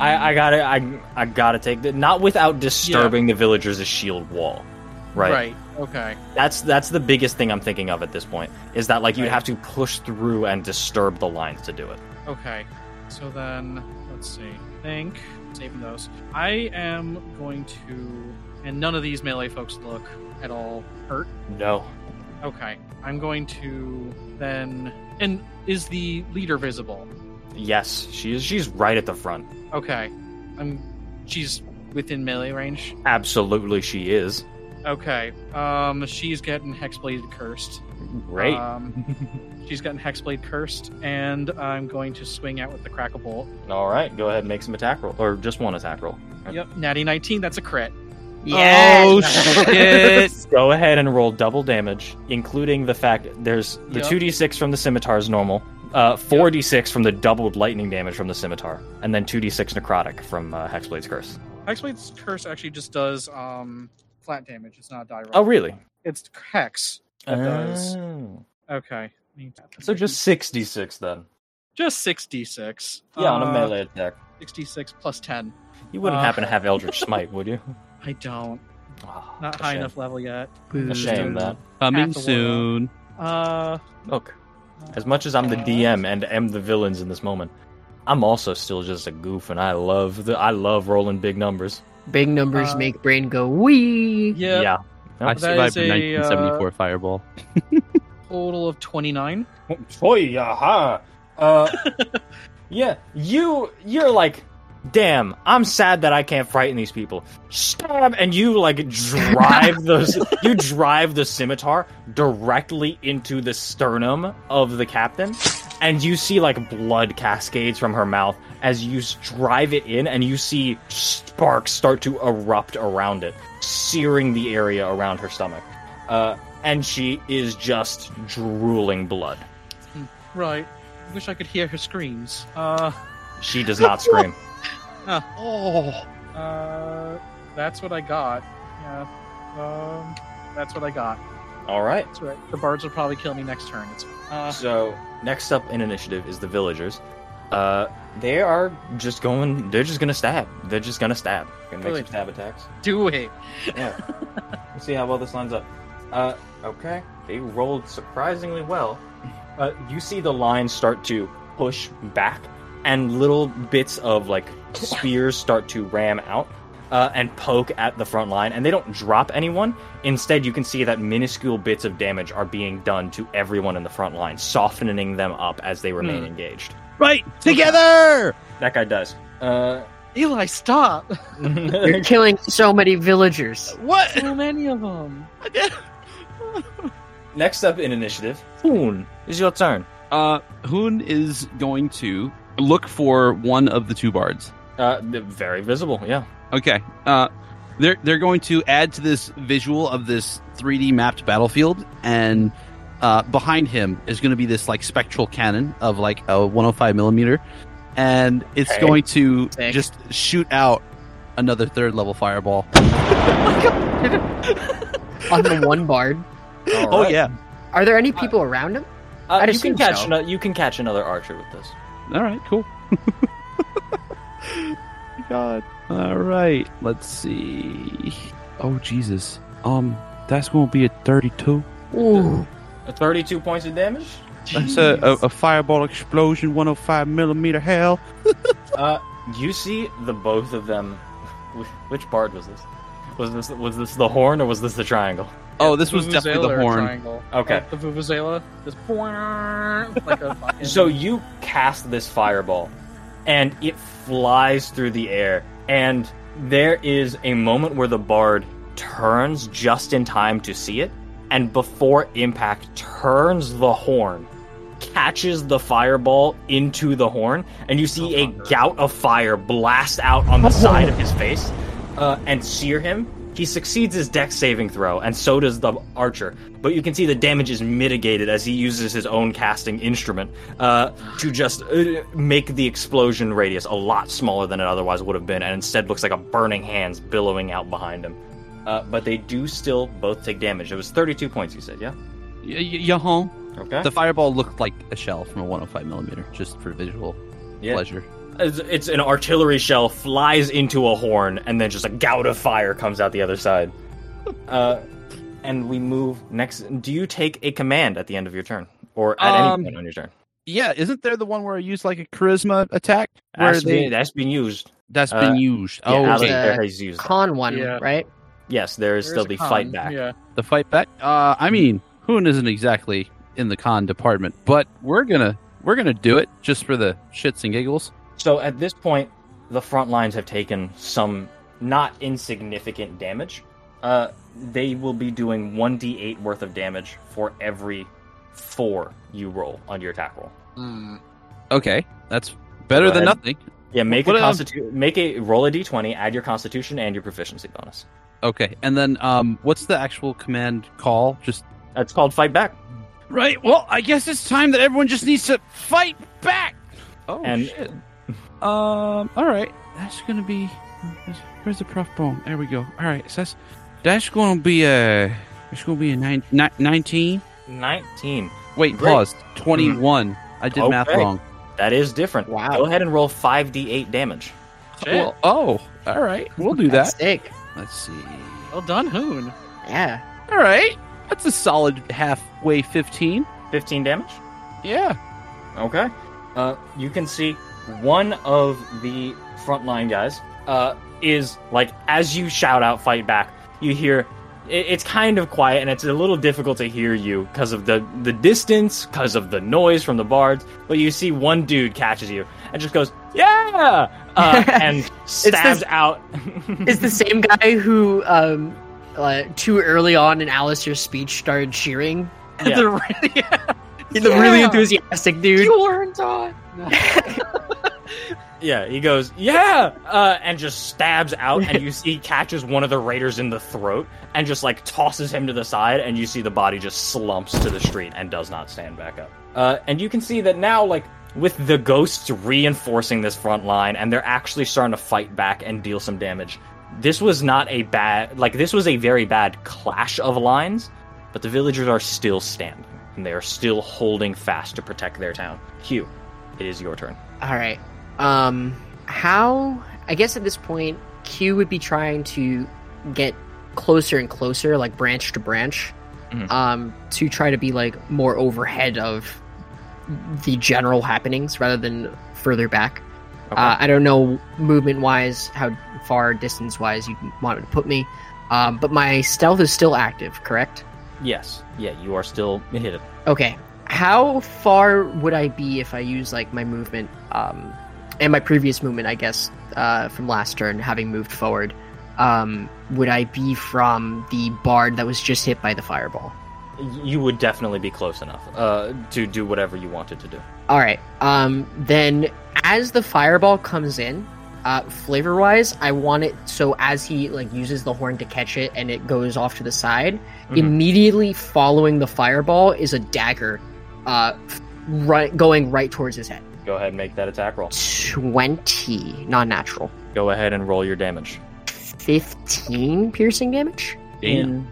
A: I, I gotta I, I gotta take the not without disturbing the villagers' shield wall. Right.
B: Okay.
A: That's that's the biggest thing I'm thinking of at this point. Is that like you'd
B: Right.
A: have to push through and disturb the lines to do it.
B: Okay. So then, let's see. I think saving those. I am going to, and none of these melee folks look at all hurt.
A: No.
B: Okay, I'm going to then. And is the leader visible?
A: Yes, she is she's right at the front.
B: Okay, I'm. She's within melee range.
A: Absolutely she is.
B: Okay, um, she's getting hexbladed cursed.
A: Great.
B: Uh, Um, she's getting hexblade cursed, and I'm going to swing out with the crackle bolt.
A: Alright, go ahead and make some attack roll. Or just one attack roll.
B: Yep, natty 19. That's a crit.
D: yeah.
C: Oh shit!
A: Go ahead and roll double damage, including the fact there's the
B: Yep.
A: two d six from the scimitar is normal, uh, four d six from the doubled lightning damage from the scimitar, and then two d six necrotic from uh, Hexblade's curse.
B: Hexblade's curse actually just does um flat damage. It's not die roll.
A: Oh, really?
B: It's hex. That does.
A: Oh.
B: Okay.
A: So just six d six then.
B: just six d six.
A: Yeah, on a melee attack.
B: Sixty six plus ten.
A: You wouldn't
B: uh,
A: happen to have Eldritch Smite, would you?
B: I don't.
A: Ah,
B: Not
A: a
B: high
A: shame.
B: enough level yet.
A: A shame that.
C: Coming
B: Half the world.
C: soon.
B: Uh,
A: Look, as much as I'm the
B: uh,
A: DM and am the villains in this moment, I'm also still just a goof, and I love the I love rolling big numbers.
D: Big numbers
B: Uh,
D: make brain go wee.
B: Yeah,
A: Yeah.
C: I
B: That
C: survived
B: is
C: the
B: a, uh,
C: 1974 fireball.
B: total of twenty nine.
A: Toy, aha. Uh, yeah, you you're like, damn. I'm sad that I can't frighten these people. Stab, and you like drive those. you drive the scimitar directly into the sternum of the captain, and you see like blood cascades from her mouth as you s- drive it in, and you see sparks start to erupt around it, searing the area around her stomach. Uh, and she is just drooling blood.
B: Right. Wish I could hear her screams. Uh,
A: She does not scream.
B: huh. oh. Uh, that's what I got. Yeah. Um, that's what I got.
A: All right.
B: That's right. The bards will probably kill me next turn. It's uh,
A: So next up in initiative is the villagers. Uh, they are just going. They're just gonna stab. They're just gonna stab. Gonna make
B: Really?
A: some stab attacks.
B: do it.
A: Yeah. Let's see how well this lines up. Uh, okay. They rolled surprisingly well. Uh, you see the line start to push back, and little bits of like spears start to ram out uh, and poke at the front line, and they don't drop anyone. Instead, you can see that minuscule bits of damage are being done to everyone in the front line, softening them up as they remain
B: Hmm.
A: engaged.
C: Right together.
A: That guy does. Uh,
B: Eli, stop!
D: You're killing so many villagers.
C: What?
B: So many of them.
A: next up in initiative, Hoon, is your turn.
C: Uh, Hoon is going to look for one of the two bards.
A: Uh, th- very visible, yeah.
C: Okay. Uh, they're they're going to add to this visual of this 3D mapped battlefield, and uh, behind him is going to be this like spectral cannon of like a 105 millimeter, and it's
A: Okay.
C: going to
D: Sick.
C: just shoot out another third level fireball.
D: on the one bard.
A: All
C: Oh
A: right.
C: yeah.
D: Are there any people around him?
A: Uh,
D: I'd
A: you can
D: assume
A: catch.
D: so.
A: ano- you can catch another archer with this.
C: All right. Cool. God. All right. Let's see. Oh Jesus. Um, that's going to be a 32.
D: Ooh,
A: Uh, Thirty-two points of damage.
C: That's a, a, a fireball explosion, 105 millimeter hell.
A: Uh, you see the both of them. wh- Which bard was this? Was this was this the horn or was this the triangle?
C: Oh, this was
B: Vuvuzela
C: definitely the
B: or
C: horn.
B: triangle.
A: Okay.
B: Like the vuvuzela. This like a fucking-
A: So you cast this fireball, and it flies through the air. And there is a moment where the bard turns just in time to see it, and before impact, turns the horn, catches the fireball into the horn, and you see a gout of fire blast out on the side of his face uh, and sear him. He succeeds his deck saving throw, and so does the archer. But you can see the damage is mitigated as he uses his own casting instrument uh, to just uh, make the explosion radius a lot smaller than it otherwise would have been, and instead looks like a burning hands billowing out behind him. Uh, but they do still both take damage. It was 32 points, you said, yeah?
C: Y- y- yeah, huh?
A: Okay.
C: The fireball looked like a shell from a 105 millimeter, just for visual
A: Yeah.
C: pleasure.
A: It's, it's an artillery shell flies into a horn, and then just a gout of fire comes out the other side. Uh, and we move next. Do you take a command at the end of your turn, or at
C: Um,
A: any point on your turn?
C: Yeah, isn't there the one where I used like a charisma attack? Where
A: That's,
C: they-
A: been, that's been used.
C: that's
A: uh,
C: been used.
A: Yeah,
C: oh,
A: Alex
C: okay.
A: there has used. that.
D: con one,
B: Yeah.
D: right?
A: Yes, there is
B: There's
A: still
B: a
A: the
B: con,
A: fight back.
B: Yeah.
C: the fight back. Uh, I mean, Hoon isn't exactly in the con department, but we're gonna we're gonna do it just for the shits and giggles.
A: So at this point, the front lines have taken some not insignificant damage. Uh, they will be doing 1d8 worth of damage for every four you roll on your attack roll.
C: Okay, that's better
A: Go
C: than
A: ahead.
C: nothing.
A: Yeah, make
C: What,
A: a
C: um,
A: constitu- make a roll a d20, add your constitution and your proficiency bonus.
C: Okay, and then um, what's the actual command call? Just
A: That's called fight back.
C: Right. Well, I guess it's time that everyone just needs to fight back. Oh
A: And-
C: shit. Um. All right. That's gonna be. Where's the prof bone? There we go. All right. So that's that's gonna be a. It's gonna be a nine, ni- nineteen.
A: 19.
C: Wait.
A: Great.
C: Pause. Twenty one. I did math
A: Okay.
C: wrong.
A: That is different.
D: Wow.
A: Go ahead and roll 5d8 damage.
B: Shit.
C: Well, oh. All right. We'll do
D: That's
C: that.
D: sick.
C: Let's see.
B: Well done, Hoon.
D: Yeah.
C: All right. That's a solid halfway fifteen.
A: 15 damage?
C: Yeah.
A: Okay. Uh, you can see one of the frontline guys uh, is like, as you shout out fight back, you hear it, it's kind of quiet and it's a little difficult to hear you because of the, the distance, because of the noise from the bards. But you see one dude catches you and just goes, Yeah! Uh, and stabs out.
D: Is the same guy who um uh, too early on in Alistair's speech started cheering?
A: Yeah.
B: The radio-
D: He's the really
B: Yeah.
D: enthusiastic dude.
B: weren't on.
A: Yeah, he goes, yeah, uh, and just stabs out, and you see he catches one of the raiders in the throat, and just like tosses him to the side, and you see the body just slumps to the street and does not stand back up. Uh, and you can see that now, like with the ghosts reinforcing this front line, and they're actually starting to fight back and deal some damage. This was not a bad, like this was a very bad clash of lines, but the villagers are still standing, and they are still holding fast to protect their town. Q, it is your turn.
D: All right. Um, how? I guess at this point, Q would be trying to get closer and closer, like branch to branch,
A: Mhm.
D: um, to try to be like more overhead of the general happenings rather than further back.
A: Okay.
D: Uh, I don't know movement wise how far distance wise you wanted to put me, um, but my stealth is still active, correct?
A: yes. Yeah, you are still hidden.
D: Okay. How far would I be if I use like my movement um, and my previous movement, I guess, uh, from last turn, having moved forward? Um, would I be from the bard that was just hit by the fireball?
A: You would definitely be close enough uh, to do whatever you wanted to do.
D: All right. Um, then, as the fireball comes in, uh, flavor wise, I want it so as he like uses the horn to catch it and it goes off to the side.
A: Mhm.
D: Immediately following the fireball is a dagger, uh, f- right, going right towards his head.
A: Go ahead and make that attack roll.
D: Twenty, non natural.
A: Go ahead and roll your damage.
D: 15 piercing damage.
A: In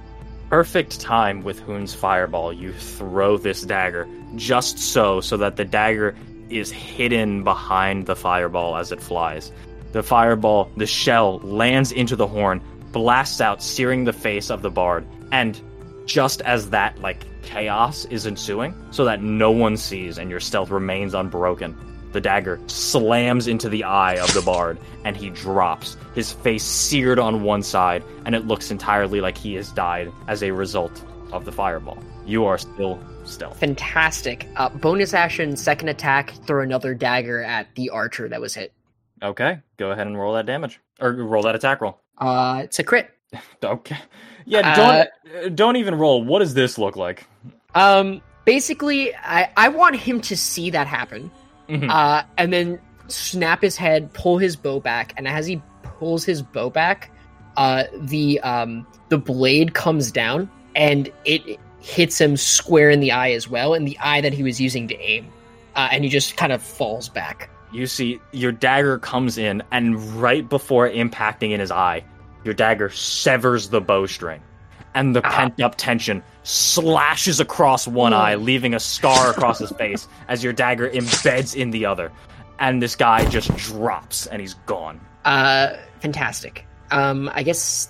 A: perfect time with Hoon's fireball, you throw this dagger just so so that the dagger is hidden behind the fireball as it flies. The fireball, the shell, lands into the horn, blasts out, searing the face of the bard, and just as that like chaos is ensuing, so that no one sees and your stealth remains unbroken, the dagger slams into the eye of the bard, and he drops, his face seared on one side, and it looks entirely like he has died as a result of the fireball. You are still stealth.
D: Fantastic. Uh, bonus action, second attack, throw another dagger at the archer that was hit.
A: Okay, go ahead and roll that damage, or roll that attack roll.
D: Uh, it's a crit.
A: Okay. Yeah, don't uh, don't even roll. What does this look like?
D: Um, basically, I, I want him to see that happen,
A: Mhm.
D: uh, and then snap his head, pull his bow back, and as he pulls his bow back, uh, the um, the blade comes down and it hits him square in the eye as well, and the eye that he was using to aim, uh, and he just kind of falls back.
A: You see, your dagger comes in, and right before impacting in his eye, your dagger severs the bowstring, and the
D: Ah.
A: pent up tension slashes across one eye, leaving a scar across his face as your dagger embeds in the other. And this guy just drops, and he's gone.
D: Uh, fantastic. Um, I guess.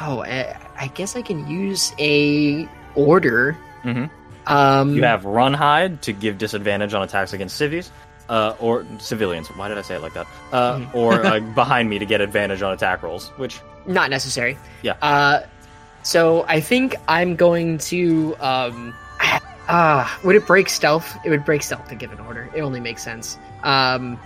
D: Oh, I, I guess I can use a order.
A: Mhm.
D: Um,
A: You have run hide to give disadvantage on attacks against civies. Uh, or civilians. Why did I say it like that? Uh,
D: Mhm.
A: or uh, behind me to get advantage on attack rolls, which
D: not necessary.
A: Yeah.
D: Uh, so I think I'm going to. Um, ah, would it break stealth? It would break stealth to give an order. It only makes sense. Um,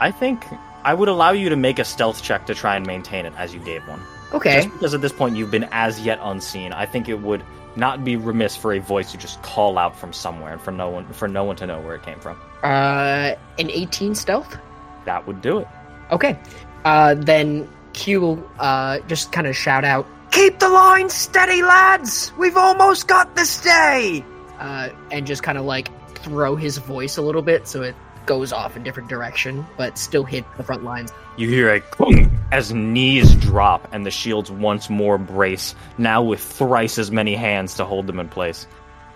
A: I think I would allow you to make a stealth check to try and maintain it as you gave one.
D: okay.
A: Just because at this point you've been as yet unseen, I think it would not be remiss for a voice to just call out from somewhere and for no one for no one to know where it came from.
D: Uh, an 18 stealth.
A: That would do it.
D: Okay. Uh, then Q will uh, just kind of shout out, Keep the line steady, lads! We've almost got this day! Uh, and just kind of like throw his voice a little bit so it goes off in different direction, but still hit the front lines.
A: You hear a clunk as knees drop and the shields once more brace, now with thrice as many hands to hold them in place.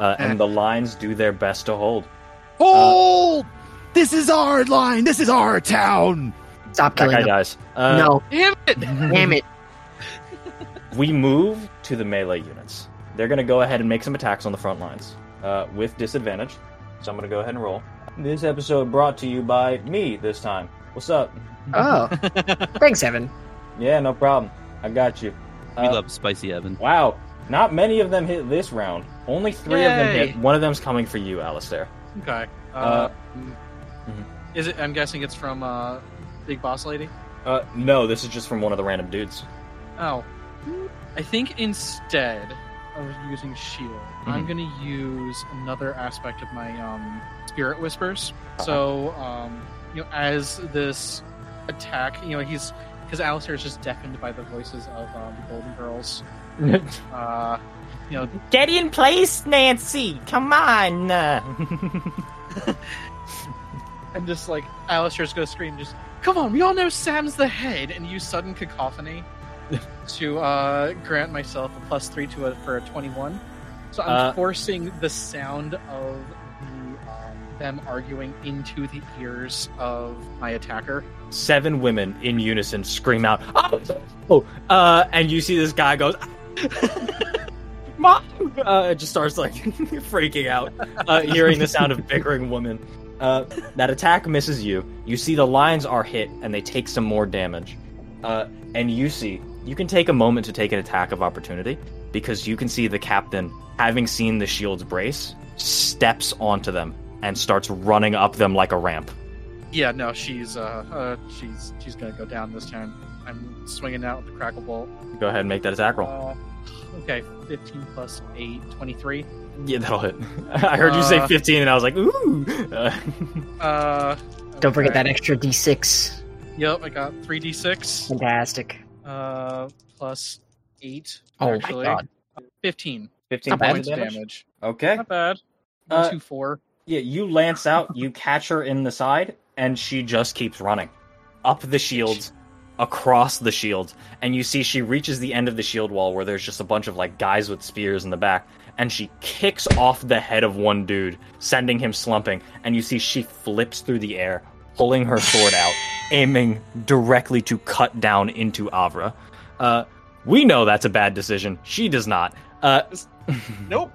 A: Uh,
D: Eh.
A: and the lines do their best to hold.
C: Hold! this is our line. This is our town.
D: Stop
A: That
D: killing
A: guy
D: them.
A: dies. Uh,
D: no,
C: Damn it!
D: damn it.
A: We move to the melee units. They're going to go ahead and make some attacks on the front lines uh, with disadvantage. So I'm going to go ahead and roll. This episode brought to you by me this time. What's up?
D: Oh, thanks, Evan.
A: Yeah, no problem. I got you.
C: we
A: Uh,
C: love Spicy Evan.
A: Wow, not many of them hit this round. Only three of them
B: Yay.
A: hit. One of them's coming for you, Alistair.
B: Okay. Uh,
A: Uh,
B: Is it? I'm guessing it's from uh, Big Boss Lady.
A: Uh, no, this is just from one of the random dudes.
B: Oh, I think instead of using shield, I'm going to use another aspect of my um, spirit whispers. So, um, you know, as this attack, you know, he's because Alistair is just deafened by the voices of um, the Golden Girls. Uh, you know,
A: Get in place, Nancy. Come on.
B: and just like Alistair's gonna scream, just come on, we all know Sam's the head, and use sudden cacophony to uh, grant myself a plus three to a, for a twenty-one. So I'm
A: Uh,
B: forcing the sound of the, um, them arguing into the ears of my attacker.
A: seven women in unison scream out, "Oh!" oh," Uh, and you see this guy goes, "Mom!" Uh, it just starts like freaking out, uh, hearing the sound of bickering women. Uh, that attack misses you. You see the lines are hit and they take some more damage. Uh, and you see, you can take a moment to take an attack of opportunity because you can see the captain, having seen the shield's brace, steps onto them and starts running up them like a ramp.
B: Yeah, no, she's uh, uh she's she's gonna go down this time. I'm swinging out with the crackle bolt.
A: Go ahead and make that attack roll.
B: Uh, okay, 15 plus 8, 23.
A: Yeah, that'll hit. I heard you say
B: Uh,
A: 15 and I was like, ooh. Uh,
B: Uh,
D: Don't forget
B: okay.
D: that extra d6.
B: Yep, I got 3d6
D: Fantastic.
B: uh, plus 8.
D: Oh
B: actually.
D: my god.
B: 15
A: 15
D: Not bad.
A: points
B: points
A: of damage.
B: damage.
A: Okay.
B: Not bad.
A: Uh,
B: 2 4.
A: Yeah, you lance out, you catch her in the side, and she just keeps running. Up the shields, across the shields, and you see she reaches the end of the shield wall where there's just a bunch of like guys with spears in the back, and she kicks off the head of one dude, sending him slumping, and you see she flips through the air, pulling her sword out, aiming directly to cut down into Avra. Uh, we know that's a bad decision. She does not. Uh,
B: Nope.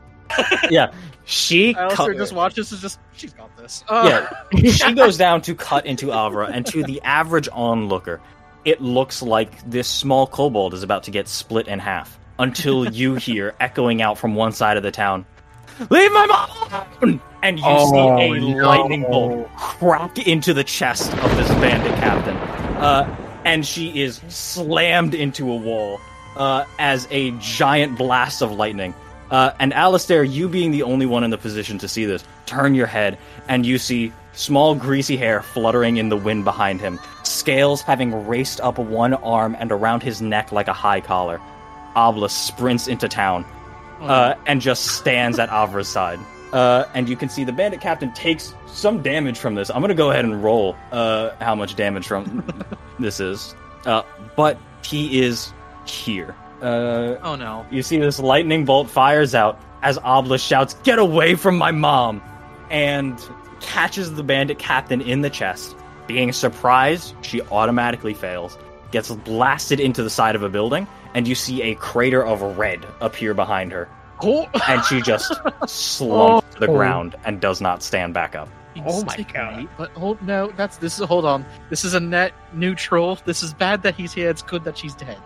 A: yeah, she
B: Alistair
A: cut-
B: just watches and just, she's got this. Uh,
A: Yeah. she goes down to cut into Avra, and to the average onlooker, it looks like this small kobold is about to get split in half. Until you hear echoing out from one side of the town, "Leave my mom!" alone!" and you
D: Oh,
A: see a
D: no.
A: lightning bolt crack into the chest of this bandit captain, uh, and she is slammed into a wall uh, as a giant blast of lightning. Uh, and Alistair, you being the only one in the position to see this, turn your head and you see small greasy hair fluttering in the wind behind him, scales having raced up one arm and around his neck like a high collar. Obla sprints into town uh, and just stands at Avra's side. Uh, and you can see the bandit captain takes some damage from this. I'm going to go ahead and roll uh, how much damage from this is. Uh, but he is here. Uh,
B: oh no.
A: you see this lightning bolt fires out as Obla shouts, Get away from my mom! And catches the bandit captain in the chest. Being surprised, she automatically fails, gets blasted into the side of a building, and you see a crater of red appear behind her.
B: Oh,
A: And she just slumps to the ground and does not stand back up.
D: Oh my God.
B: Mate, but hold no, that's this is hold on. This is a net neutral. This is bad that he's here. It's good that she's dead.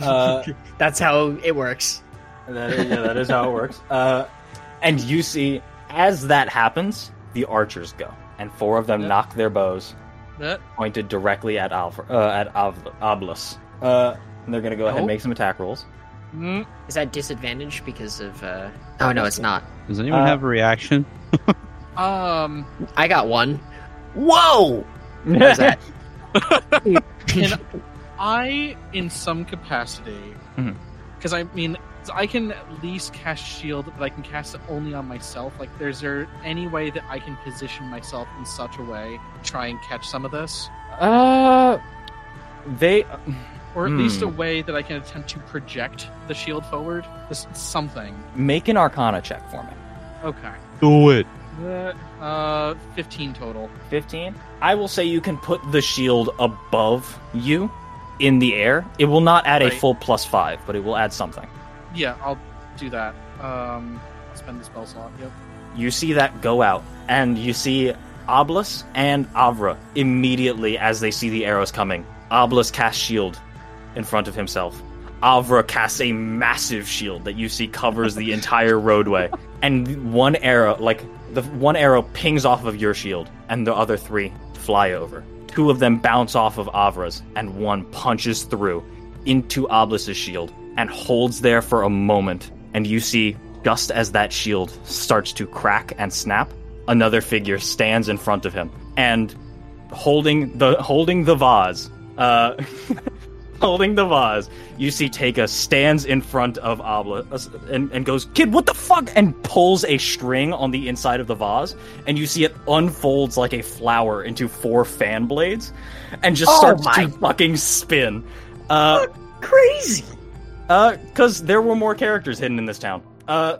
A: Uh,
D: That's how it works.
A: That is, yeah, that is how it works. Uh, and you see, as that happens, the archers go, and four of them
B: Yeah.
A: knock their bows
B: That
A: pointed directly at Alv- uh, at Av- Oblis. Uh, and they're gonna go ahead and
B: Nope.
A: make some attack rolls.
B: mm,
D: Is that disadvantage because of? uh Oh no, it's not.
C: Does anyone
A: Uh,
C: have a reaction?
B: um
D: I got one. Whoa! What was that?
B: and I in some capacity
A: Mhm.
B: because I mean I can at least cast shield, but I can cast it only on myself. Like there's there any way that I can position myself in such a way to try and catch some of this?
A: uh, they
B: Or at least
A: Hmm.
B: a way that I can attempt to project the shield forward. Just something.
A: make an Arcana check for me.
B: Okay.
C: Do it.
B: That, uh, 15 total.
A: Fifteen. I will say you can put the shield above you in the air. It will not add a
B: Right.
A: full plus five, but it will add something.
B: Yeah, I'll do that. Um, I'll spend the spell slot. Yep.
A: you see that go out, and you see Oblis and Avra immediately as they see the arrows coming. Oblis casts shield in front of himself. Avra casts a massive shield that you see covers the entire roadway, and one arrow, like the one arrow, pings off of your shield, and the other three fly over. Two of them bounce off of Avra's, and one punches through into Oblis's shield and holds there for a moment. And you see, just as that shield starts to crack and snap, another figure stands in front of him and holding the holding the vase. Uh, holding the vase, you see Taka stands in front of Obla uh, and, and goes, "Kid, what the fuck?" and pulls a string on the inside of the vase, and you see it unfolds like a flower into four fan blades, and just
D: Oh
A: starts
D: my-
A: to fucking spin. Uh,
D: Crazy.
A: uh, because there were more characters hidden in this town. Uh,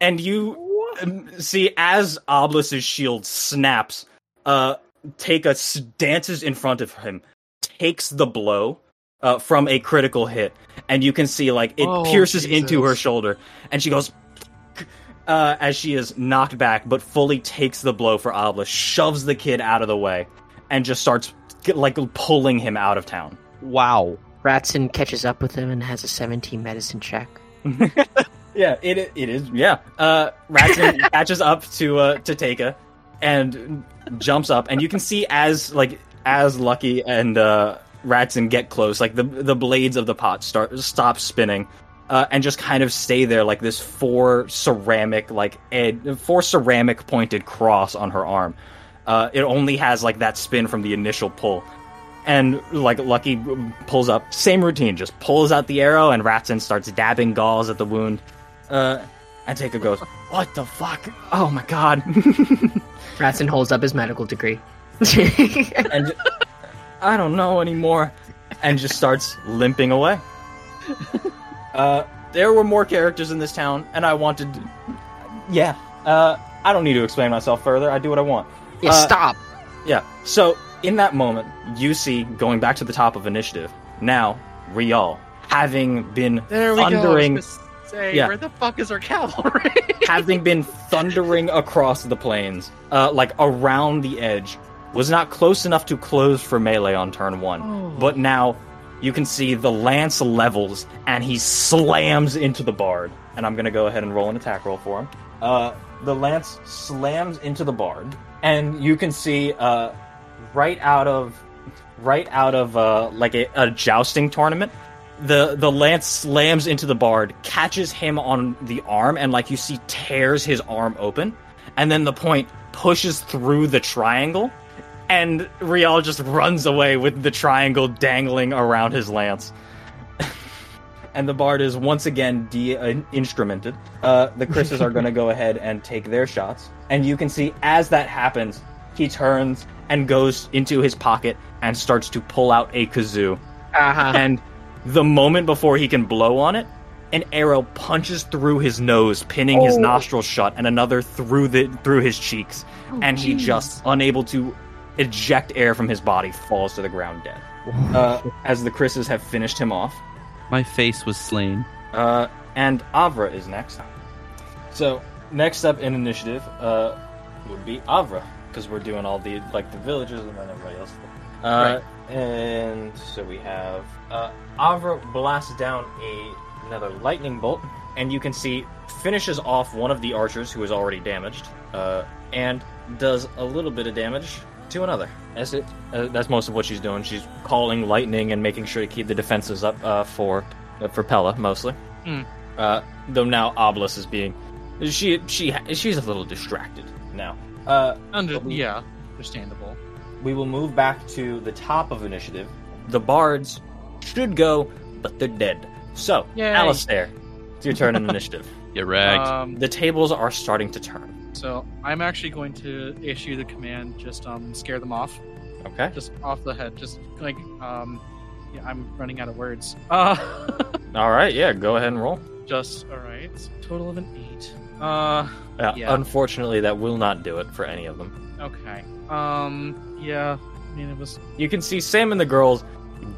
A: and you um, see as Oblis's shield snaps, uh, Taka s- dances in front of him, takes the blow uh, from a critical hit, and you can see like it
B: Oh,
A: pierces into her
B: Jesus.
A: shoulder, and she goes uh, as she is knocked back, but fully takes the blow for Obelisk, shoves the kid out of the way, and just starts like pulling him out of town.
C: Wow.
D: Ratson catches up with him and has a 17 medicine check.
A: Yeah, it it is. Yeah, uh, Ratson catches up to uh, to Taka and jumps up, and you can see as like as Lucky and uh, Ratson get close, like the the blades of the pot start stop spinning, uh, and just kind of stay there, like this four ceramic like ed, four ceramic pointed cross on her arm. Uh, it only has like that spin from the initial pull. And like Lucky pulls up, same routine, just pulls out the arrow, and Ratson starts dabbing gauze at the wound. Uh, and Taker goes, "What the fuck? Oh my god!"
D: Ratson holds up his medical degree.
A: and ju- I don't know anymore, and just starts limping away. Uh, there were more characters in this town, and I wanted, yeah. Uh, I don't need to explain myself further. I do what I want.
D: yeah,
A: Uh,
D: stop.
A: Yeah. So in that moment, you see going back to the top of initiative. Now, Rial, having been
B: There
A: thundering,
B: go. I was gonna Say,
A: Yeah.
B: where the fuck is our cavalry?
A: having been thundering across the plains, uh, like around the edge, was not close enough to close for melee on turn one. But now you can see the lance levels and he slams into the bard. And I'm going to go ahead and roll an attack roll for him. Uh, the lance slams into the bard, and you can see uh, right out of right out of uh, like a, a jousting tournament. The the lance slams into the bard, catches him on the arm, and like you see, tears his arm open. And then the point pushes through the triangle, and Rial just runs away with the triangle dangling around his lance. and the bard is once again de-instrumented. Uh, the Chris's are going to go ahead and take their shots, and you can see as that happens, he turns and goes into his pocket and starts to pull out a kazoo.
D: Uh-huh.
A: And the moment before he can blow on it, an arrow punches through his nose, pinning his
D: Oh.
A: nostrils shut, and another through the through his cheeks.
D: Oh,
A: and he just, unable to eject air from his body, falls to the ground dead. Uh, as the Chris's have finished him off,
C: My face was slain.
A: uh, and Avra is next. So next up in initiative uh, would be Avra because we're doing all the like the villages and then everybody else. Uh, And so we have uh, Avra blasts down a, another lightning bolt, and you can see finishes off one of the archers who is already damaged, uh, and does a little bit of damage to another. That's it. Uh, that's most of what she's doing. She's calling lightning and making sure to keep the defenses up uh, for uh, for Pella mostly.
B: Mm.
A: Uh, though now Obelisk is being she she she's a little distracted now. Uh,
B: Under, yeah, understandable.
A: we will move back to the top of initiative. The bards should go, but they're dead. So,
B: Yay.
A: Alistair, it's your turn in initiative.
C: You
A: Uh,
C: ragged.
B: Um,
A: The tables are starting to turn.
B: so I'm actually going to issue the command, just um, scare them off,
A: Okay.
B: just off the head, just like um, yeah, I'm running out of words. Uh,
A: All right. Yeah. Go ahead and roll.
B: just all right. Total of an eight. Uh,
A: Uh,
B: Yeah.
A: Unfortunately, that will not do it for any of them.
B: okay. Um, yeah. I mean, it was
A: You can see Sam and the girls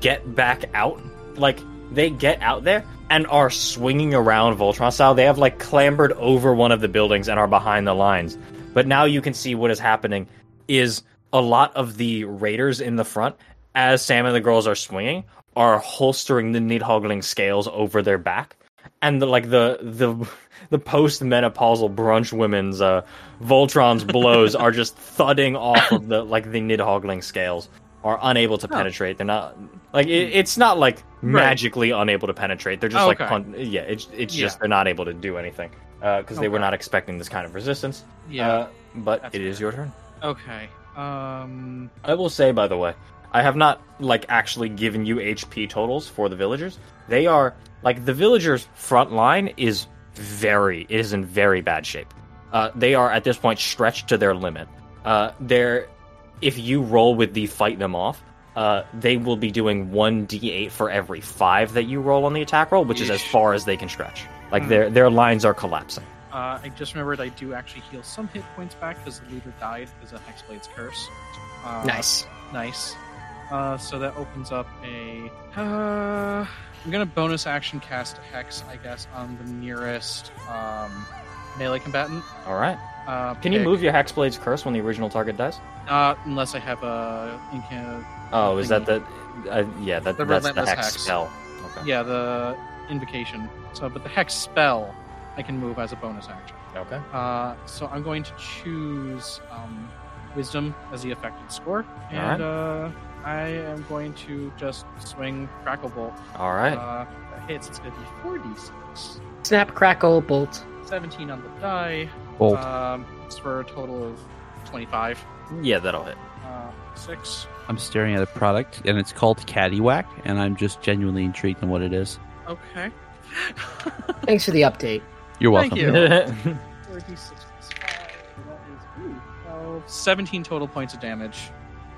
A: get back out. Like they get out there and are swinging around Voltron style. They have like clambered over one of the buildings and are behind the lines. But now you can see what is happening is a lot of the raiders in the front, as Sam and the girls are swinging, are holstering the Nidhoggling scales over their back, and the, like the the the post-menopausal brunch women's uh, Voltron's blows are just thudding off of the like the Nidhoggling scales are unable to penetrate. They're not like it, it's not like magically unable to penetrate. They're just
B: Oh,
A: like
B: okay.
A: pun- yeah, it's it's just
B: Yeah.
A: they're not able to do anything because they were
B: Okay.
A: not expecting this kind of resistance.
B: yeah.
A: Uh, but
B: That's
A: it is
B: fair.
A: your turn.
B: okay. Um,
A: I will say, by the way, I have not like actually given you HP totals for the villagers. They are like the villagers' front line is very it is in very bad shape. Uh, they are at this point stretched to their limit. Uh, they're if you roll with the fight them off, uh, they will be doing one d8 for every five that you roll on the attack roll, which is as
B: Yeesh.
A: far as they can stretch. Like
B: Hmm.
A: their their lines are collapsing.
B: Uh, I just remembered I do actually heal some hit points back because the leader died as a Hexblade's curse. Uh,
D: nice.
B: Nice. Uh, so that opens up a. Uh, I'm gonna bonus action cast Hex, I guess, on the nearest um, melee combatant.
A: All right.
B: Uh,
A: Can you
B: pick-
A: move your Hexblade's curse when the original target dies?
B: Uh, unless I have a incan-
A: Oh, is that
B: Thingy.
A: the? Uh, yeah, that,
B: The
A: that's the
B: relentless
A: hex,
B: hex.
A: spell. Okay.
B: yeah the invocation. So, but the hex spell I can move as a bonus action.
A: Okay.
B: Uh, so I'm going to choose um, wisdom as the affected score, and uh, I am going to just swing crackle bolt.
A: All right.
B: Uh, that hits. It's going to be four d six.
D: Snap, crackle, bolt.
B: 17 on the die.
C: Bolt.
A: uh,
B: Um, it's for a total of 25.
A: yeah, that'll hit.
B: Uh, six.
C: I'm staring at a product, and it's called Caddywhack, and I'm just genuinely intrigued in what it is.
B: Okay.
D: Thanks for the update.
C: You're
B: Thank
C: welcome.
B: you. 4d6 plus five, that is- ooh, 12, 17 total points of damage.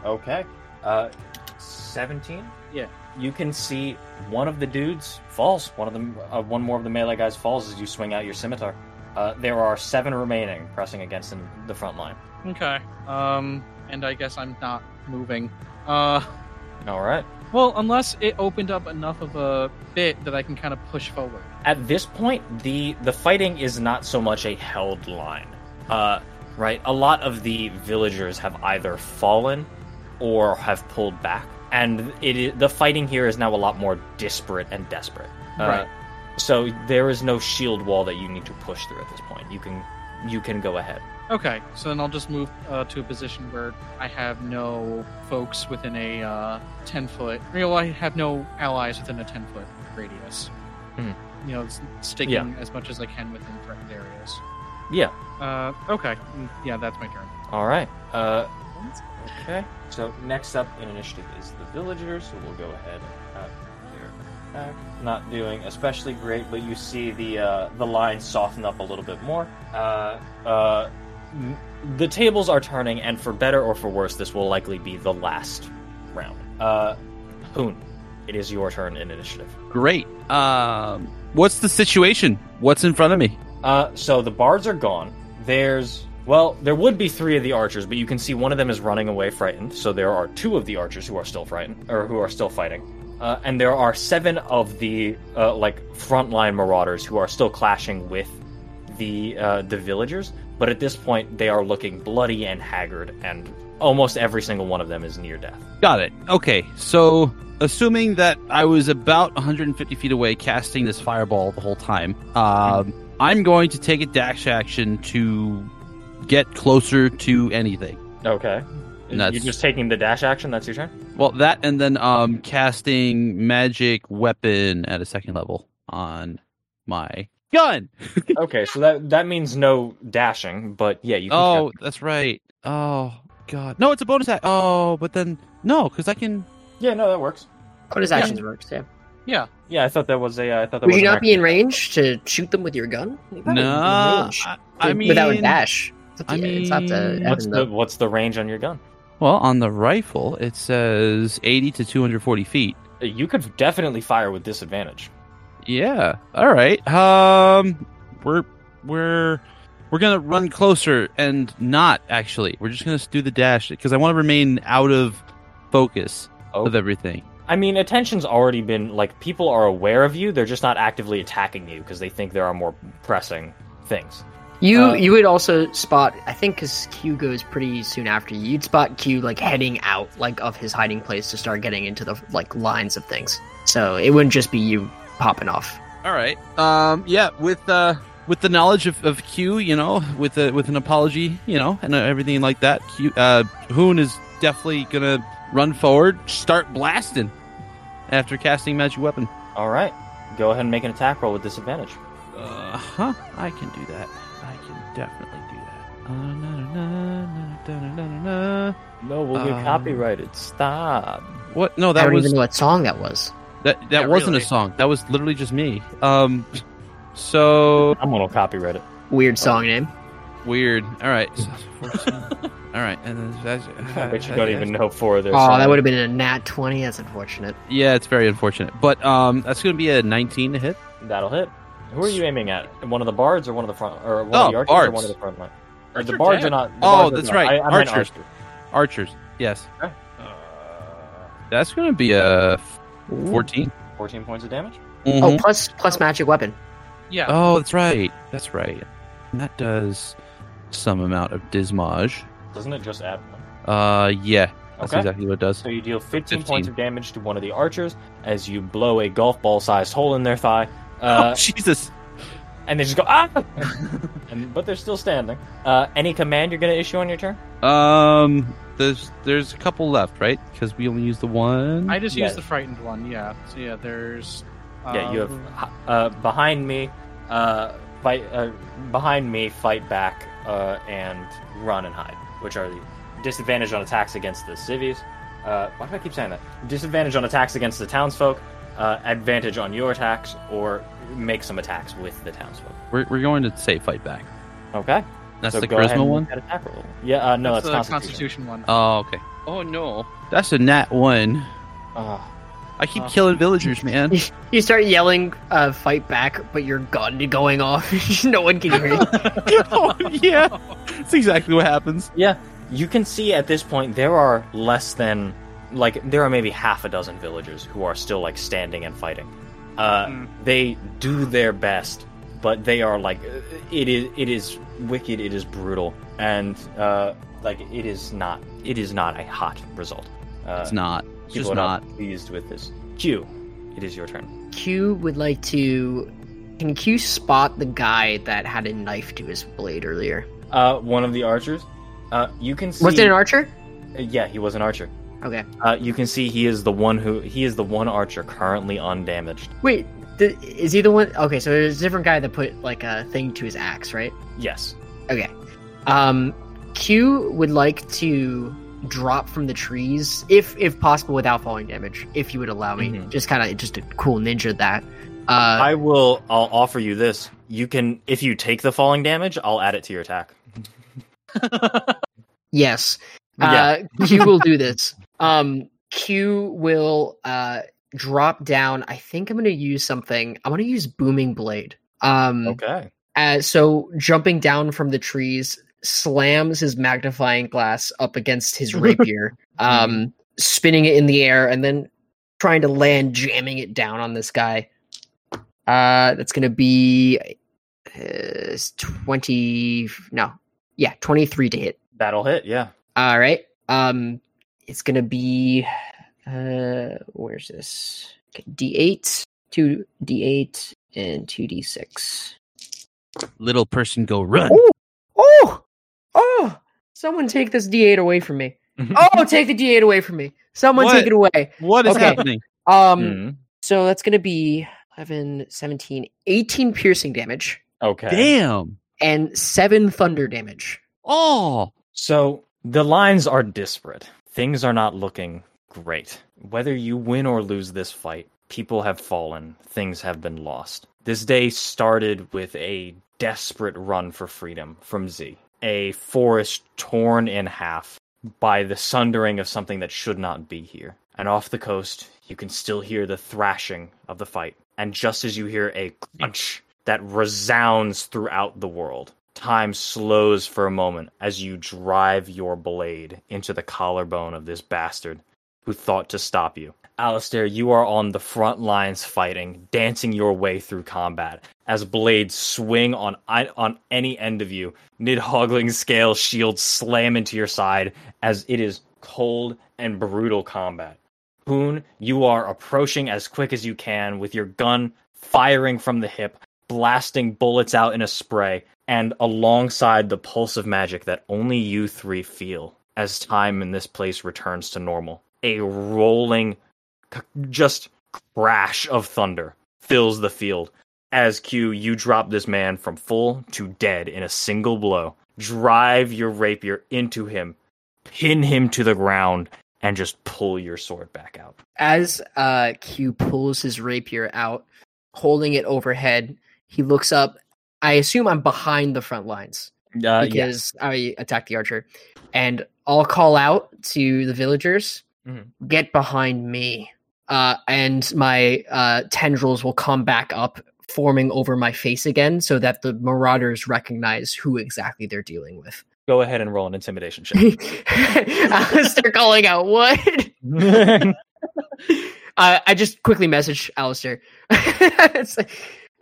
A: Okay. Uh, 17?
B: Yeah.
A: You can see one of the dudes falls. One of them, uh, one more of the melee guys falls as you swing out your scimitar. Uh, there are seven remaining pressing against in the front line.
B: Okay. Um, and I guess I'm not moving. Uh,
A: All right.
B: well, unless it opened up enough of a bit that I can kind of push forward.
A: At this point, the the fighting is not so much a held line. Uh, right. A lot of the villagers have either fallen or have pulled back, and it is, the fighting here is now a lot more disparate and desperate. Uh,
B: Right.
A: So there is no shield wall that you need to push through at this point. You can you can go ahead.
B: Okay, so then I'll just move uh, to a position where I have no folks within a uh, 10 foot. Well, I have no allies within a 10 foot radius.
A: Mhm.
B: You know, s- sticking
A: Yeah.
B: as much as I can within threatened areas.
A: Yeah.
B: Uh, okay, Mm, yeah, that's my turn.
A: All right. Uh, okay. So next up in initiative is the villagers, so we'll go ahead and have their attack. Not doing especially great, but you see the uh, the line soften up a little bit more. Uh, uh, n- the tables are turning, and for better or for worse, this will likely be the last round. Uh, Hoon, it is your turn in initiative.
C: Great. Um, what's the situation? What's in front of me?
A: Uh, so the bards are gone. There's well, there would be three of the archers, but you can see one of them is running away frightened. So there are two of the archers who are still frightened or who are still fighting, uh, and there are seven of the uh, like frontline marauders who are still clashing with the uh, the villagers. But at this point, they are looking bloody and haggard, and almost every single one of them is near death.
C: Got it. Okay, so assuming that I was about 150 feet away casting this fireball the whole time, um,
A: Mm-hmm.
C: I'm going to take a dash action to get closer to anything.
A: Okay,
C: Nuts.
A: you're just taking the dash action. That's your turn.
C: Well, that and then um, casting magic weapon at a second level on my gun.
A: Okay, so that that means no dashing, but yeah, you. Can
C: Oh, that's right. Oh god, no, it's a bonus act. Oh, but then no, because I can.
A: yeah, no, that works.
D: Bonus
B: Yeah.
D: actions works, yeah.
B: Yeah,
A: Yeah, I thought that was a. Uh, I thought that
D: Would
A: was
D: you
A: an
D: not be in
A: action.
D: range to shoot them with your gun? You probably
C: No,
D: would be in
C: I,
D: range.
C: I mean
D: but that would dash. It's up to
C: I
D: you. it's up to
C: mean-
D: Evan,
A: What's the
D: though.
A: What's the range on your gun?
C: Well, on the rifle, it says 80 to 240 feet.
A: Uh, You could definitely fire with disadvantage.
C: Yeah. All right. Um, we're we're we're gonna run closer and not actually. We're just gonna do the dash because I want to remain out of focus
A: Oh.
C: of everything.
A: I mean, attention's already been like people are aware of you. They're just not actively attacking you because they think there are more pressing things.
D: You
A: Uh,
D: you would also spot I think because Q goes pretty soon after you. You'd spot Q like heading out like of his hiding place to start getting into the like lines of things. So it wouldn't just be you popping off.
C: All right. Um, yeah. With uh, with the knowledge of, of Q, you know, with a, with an apology, you know, and uh, everything like that, Q, uh, Hoon is definitely gonna run forward, start blasting after casting magic weapon.
A: All right, go ahead and make an attack roll with disadvantage.
C: Uh huh. I can do that. I can definitely do that. Uh, na, na, na, na, na, na, na, na.
A: No, we'll
C: get Um, copyrighted.
A: Stop.
C: What? No,
D: I
C: that
D: don't
C: was
D: even know what song that was.
C: that. That
B: Yeah,
C: wasn't
B: really.
C: a song. That was literally just me. Um. So
A: I'm gonna copyright it.
C: Oh,
D: Weird song name.
C: weird. All right. So, 14. All right. And then that's, uh,
A: I bet you don't even know for this.
D: Oh, that would have been a nat twenty. That's unfortunate.
C: Yeah, it's very unfortunate. But um, that's gonna be a 19 to hit.
A: That'll hit. Who are you aiming at? One of the bards or one of the front or one
C: Oh,
A: of the archers or
C: bards.
A: one of the front line? Or the
B: Archer
A: bards are
B: dead.
A: not. the
C: Oh,
A: bards are
C: that's
A: not.
C: right,
A: I, I meant
C: archers. Archers. Yes.
A: Uh, archer.
C: That's gonna be a 14.
A: 14 points of damage.
D: Oh,
C: Mhm.
D: plus plus magic weapon.
B: yeah.
A: Um,
C: Oh, that's right. That's right. That does some amount of dismage.
A: Doesn't it just add one?
C: Uh, yeah, that's
A: Okay. Uh,
C: exactly what it does.
A: So you deal 15,
C: 15.
A: points of damage to one of the archers as you blow a golf ball sized hole in their thigh. Uh,
C: oh, Jesus!
A: and they just go, ah! and, but they're still standing. Uh, any command you're going to issue on your turn?
C: Um, there's there's a couple left, right? Because we only used the one.
B: I just
A: Yeah.
B: used the frightened one. Yeah. So yeah, there's.
A: yeah, you have
B: um,
A: uh, behind me, uh, fight uh, behind me, fight back, uh, and run and hide, which are the disadvantage on attacks against the civies. Uh, why do I keep saying that? Disadvantage on attacks against the townsfolk, uh, advantage on your attacks, or make some attacks with the townsfolk.
C: We're, we're going to say fight back.
A: Okay,
C: That's
A: So
C: the
A: go ahead
C: charisma
A: and
C: one.
A: make that attack roll. Yeah, uh, no,
B: that's
A: that's,
B: the
A: constitution.
B: Constitution one.
C: Oh, okay.
E: Oh no.
C: That's a nat one.
A: Ugh.
C: I keep
B: Oh.
C: killing villagers, man.
D: You start yelling, uh, "Fight back!" But your gun going off. no one can hear you.
C: oh, yeah, that's exactly what happens.
A: Yeah, you can see at this point there are less than like there are maybe half a dozen villagers who are still like standing and fighting. Uh,
B: Hmm.
A: They do their best, but they are like uh, it is it is wicked, it is brutal, and uh, like it is not it is not a hot result. Uh,
C: It's not. It's
A: people
C: just
A: are
C: not.
A: pleased with this. Q, it is your turn.
D: Q would like to. Can Q spot the guy that had a knife to his blade earlier?
A: Uh, one of the archers. Uh, you can see.
D: Was it an archer?
A: Uh, Yeah, he was an archer.
D: Okay.
A: Uh, you can see he is the one who he is the one archer currently undamaged.
D: Wait, th- is he the one? Okay, so there's a different guy that put like a thing to his axe, right?
A: Yes.
D: Okay. Um, Q would like to drop from the trees, if if possible, without falling damage. If you would allow me,
A: Mhm.
D: just kind of just a cool ninja that. Uh,
A: I will I'll offer you this. You can if you take the falling damage, I'll add it to your attack.
D: yes. Uh, Q will do this. Um, Q will uh, drop down. I think I'm going to use something. I'm going to use Booming Blade. Um,
A: Okay.
D: uh, so jumping down from the trees, slams his magnifying glass up against his rapier, um, spinning it in the air, and then trying to land, jamming it down on this guy. Uh, that's going to be uh, 20. No. Yeah, 23 to hit.
A: That'll hit, yeah.
D: All right. Um, it's gonna be uh, where's this? Okay, D eight, two D eight, and two D six.
C: Little person, go run.
D: Ooh. Oh, oh! Someone take this D eight away from me. Oh, take the D eight away from me. Someone
C: What?
D: take it away.
C: What is
D: Okay.
C: happening?
D: Um,
A: Mhm.
D: so that's gonna be 11, 17, 18 piercing damage
A: Okay.
C: Damn.
D: and seven thunder damage.
C: Oh,
A: So the lines are disparate. Things are not looking great. Whether you win or lose this fight, people have fallen, things have been lost. This day started with a desperate run for freedom from Z, a forest torn in half by the sundering of something that should not be here. And off the coast, you can still hear the thrashing of the fight. And just as you hear a crunch that resounds throughout the world, time slows for a moment as you drive your blade into the collarbone of this bastard who thought to stop you. Alistair, you are on the front lines fighting, dancing your way through combat as blades swing on on any end of you. Nidhoggling scale shields slam into your side as it is cold and brutal combat. Hoon, you are approaching as quick as you can with your gun firing from the hip, blasting bullets out in a spray, and alongside the pulse of magic that only you three feel as time in this place returns to normal. A rolling, c- just crash of thunder fills the field. As Q, you drop this man from full to dead in a single blow. Drive your rapier into him, pin him to the ground, and just pull your sword back out.
D: As uh, Q pulls his rapier out, holding it overhead, he looks up. I assume I'm behind the front lines
A: Uh, yeah.
D: because I attacked the archer. And I'll call out to the villagers
A: Mhm.
D: get behind me. Uh, and my uh, tendrils will come back up, forming over my face again so that the marauders recognize who exactly they're dealing with.
A: Go ahead and roll an intimidation check.
D: Alistair calling out, what? uh, I just quickly messaged Alistair. It's like,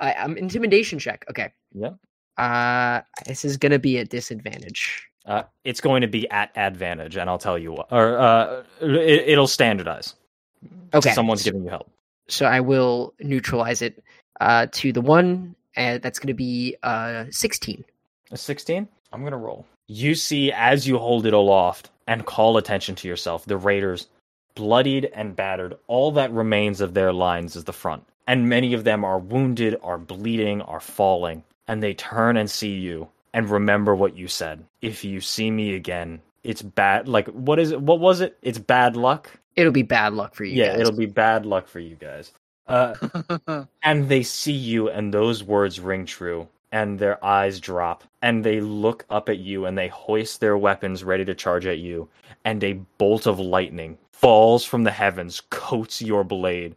D: I, I'm intimidation check. Okay.
A: Yeah.
D: Uh, this is gonna be a disadvantage.
A: Uh, it's going to be at advantage, and I'll tell you what. Or uh, it, it'll standardize.
D: Okay,
A: Someone's giving you help.
D: so I will neutralize it uh, to the one, and that's gonna be uh, sixteen.
A: A 16? I'm going to roll. You see, as you hold it aloft and call attention to yourself, the raiders, bloodied and battered, all that remains of their lines is the front. And many of them are wounded, are bleeding, are falling. And they turn and see you and remember what you said. If you see me again, it's bad. Like, what is it? What was it? It's bad luck.
D: It'll be bad luck for you.
A: Yeah,
D: guys.
A: it'll be bad luck for you guys. Uh, and they see you and those words ring true and their eyes drop and they look up at you and they hoist their weapons ready to charge at you and a bolt of lightning falls from the heavens coats your blade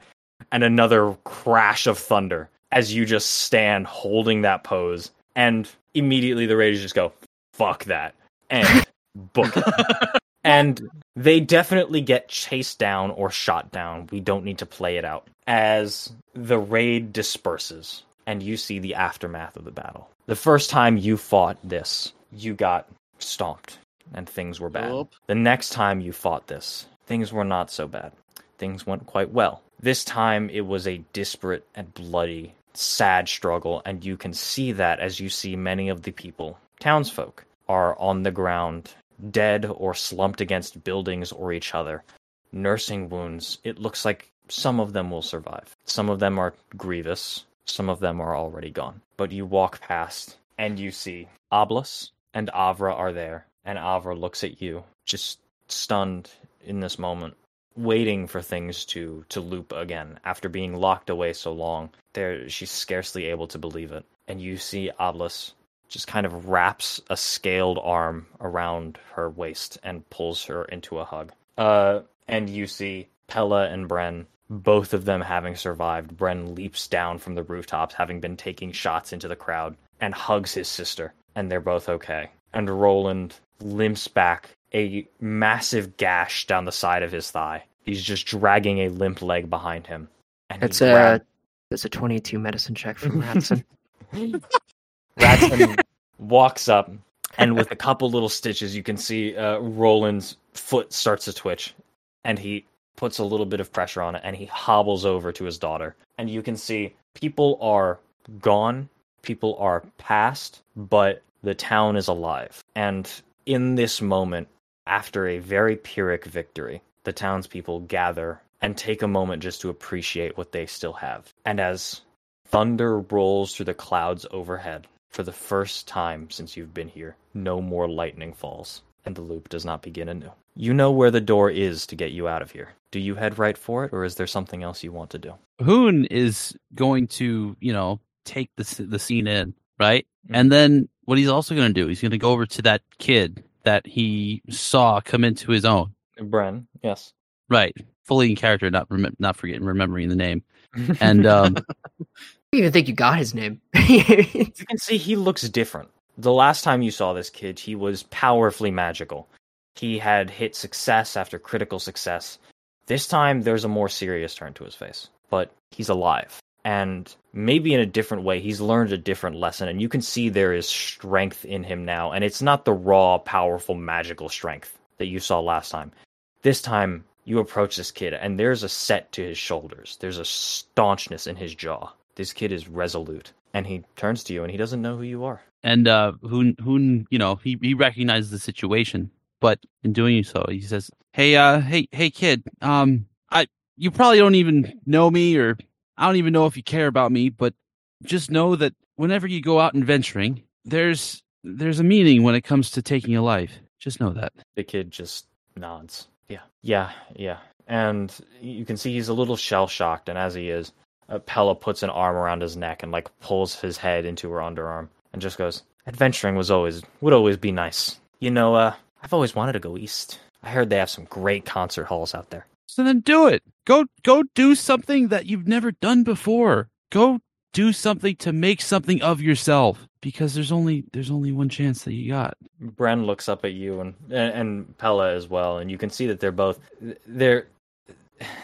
A: and another crash of thunder as you just stand holding that pose and immediately the raiders just go fuck that and book it and they definitely get chased down or shot down. We don't need to play it out. As the raid disperses and you see the aftermath of the battle. The first time you fought this, you got stomped and things were bad.
B: Yup.
A: The next time you fought this, things were not so bad. Things went quite well. This time it was a disparate and bloody, sad struggle, and you can see that as you see many of the people, townsfolk, are on the ground dead or slumped against buildings or each other, nursing wounds. It looks like some of them will survive. Some of them are grievous, some of them are already gone. But you walk past and you see Oblis and Avra are there, and Avra looks at you, just stunned in this moment, waiting for things to to loop again after being locked away so long. There she's scarcely able to believe it. And you see Oblis just kind of wraps a scaled arm around her waist and pulls her into a hug. Uh, and you see Pella and Bren, both of them having survived. Bren leaps down from the rooftops, having been taking shots into the crowd, and hugs his sister, and they're both okay. And Roland limps back, a massive gash down the side of his thigh. He's just dragging a limp leg behind him. And he
D: That's a
A: grabs-
D: that's a twenty-two medicine check from Madison.
A: Ratson walks up, and with a couple little stitches, you can see uh, Roland's foot starts to twitch, and he puts a little bit of pressure on it, and he hobbles over to his daughter. And you can see people are gone, people are past, but the town is alive. And in this moment, after a very Pyrrhic victory, the townspeople gather and take a moment just to appreciate what they still have. And as Thunder rolls through the clouds overhead. For the first time since you've been here, no more lightning falls, and the loop does not begin anew. You know where the door is to get you out of here. Do you head right for it, or is there something else you want to do?
C: Hoon is going to, you know, take the s- the scene in, right? And then what he's also going to do, he's going to go over to that kid that he saw come into his own,
A: Bren, yes.
C: right? Fully in character, not remem- not forgetting remembering the name. And um,
D: I don't even think you got his name. He's
A: you can see he looks different. The last time you saw this kid, he was powerfully magical. He had hit success after critical success. This time, there's a more serious turn to his face, but he's alive. And maybe in a different way, he's learned a different lesson. And you can see there is strength in him now. And it's not the raw, powerful, magical strength that you saw last time. This time, you approach this kid, and there's a set to his shoulders. There's a staunchness in his jaw. This kid is resolute. And he turns to you, and he doesn't know who you are.
C: and uh Hoon Hoon, you know, he he recognizes the situation, but in doing so, he says, "Hey uh hey hey kid, um I you probably don't even know me or I don't even know if you care about me, but just know that whenever you go out and venturing, there's there's a meaning when it comes to taking a life. Just know that."
A: the kid just nods. Yeah. Yeah, yeah. And you can see he's a little shell shocked, and as he is, uh, Pella puts an arm around his neck and like pulls his head into her underarm and just goes, Adventuring was always would always be nice. You know, uh, I've always wanted to go east. I heard they have some great concert halls out there.
C: So then do it. Go go do something that you've never done before. Go do something to make something of yourself because there's only there's only one chance that you got.
A: Bren looks up at you and and, and Pella as well, and you can see that they're both they're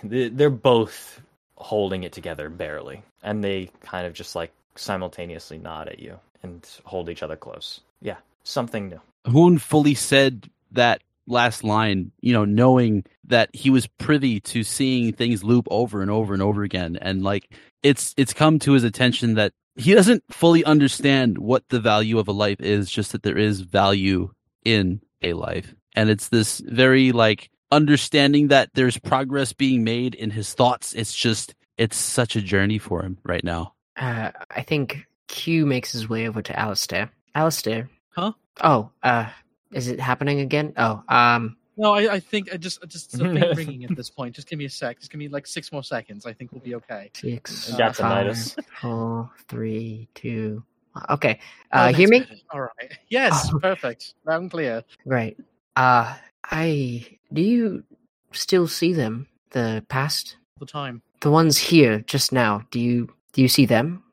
A: they're both holding it together barely, and they kind of just like simultaneously nod at you, and hold each other close. Yeah, something new.
C: Hoon fully said that last line, you know, knowing that he was privy to seeing things loop over and over and over again. And like it's it's come to his attention that he doesn't fully understand what the value of a life is, just that there is value in a life. And it's this very like understanding that there's progress being made in his thoughts. It's just it's such a journey for him right now.
D: Uh, I think Q makes his way over to Alistair. Alistair.
B: Huh?
D: Oh, uh, is it happening again? Oh, um,
B: No, I, I think I just just it's a thing ringing at this point. Just give me a sec. Just give me like six more seconds. I think we'll be okay.
D: six,
B: Uh,
A: Got
D: five,
A: tinnitus.
D: four, three, two. one. Okay.
B: Oh,
D: Uh,
B: that's
D: hear me?
B: better. All right. Yes. Perfect. Loud and clear.
D: Right. Uh, I. Do you still see them? The past?
B: The time.
D: The ones here just now. Do you do you see them?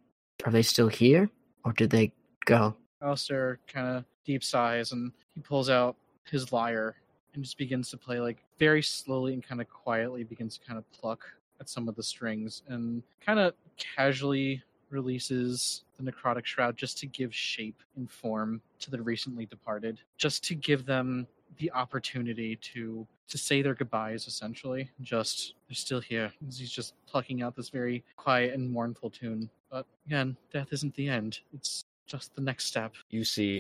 D: Are they still here, or did they go?
B: Alistair kind of deep sighs and he pulls out his lyre and just begins to play like very slowly and kind of quietly begins to kind of pluck at some of the strings and kind of casually releases the necrotic shroud just to give shape and form to the recently departed just to give them the opportunity to to say their goodbyes essentially just they're still here he's just plucking out this very quiet and mournful tune but again death isn't the end it's just the next step
A: you see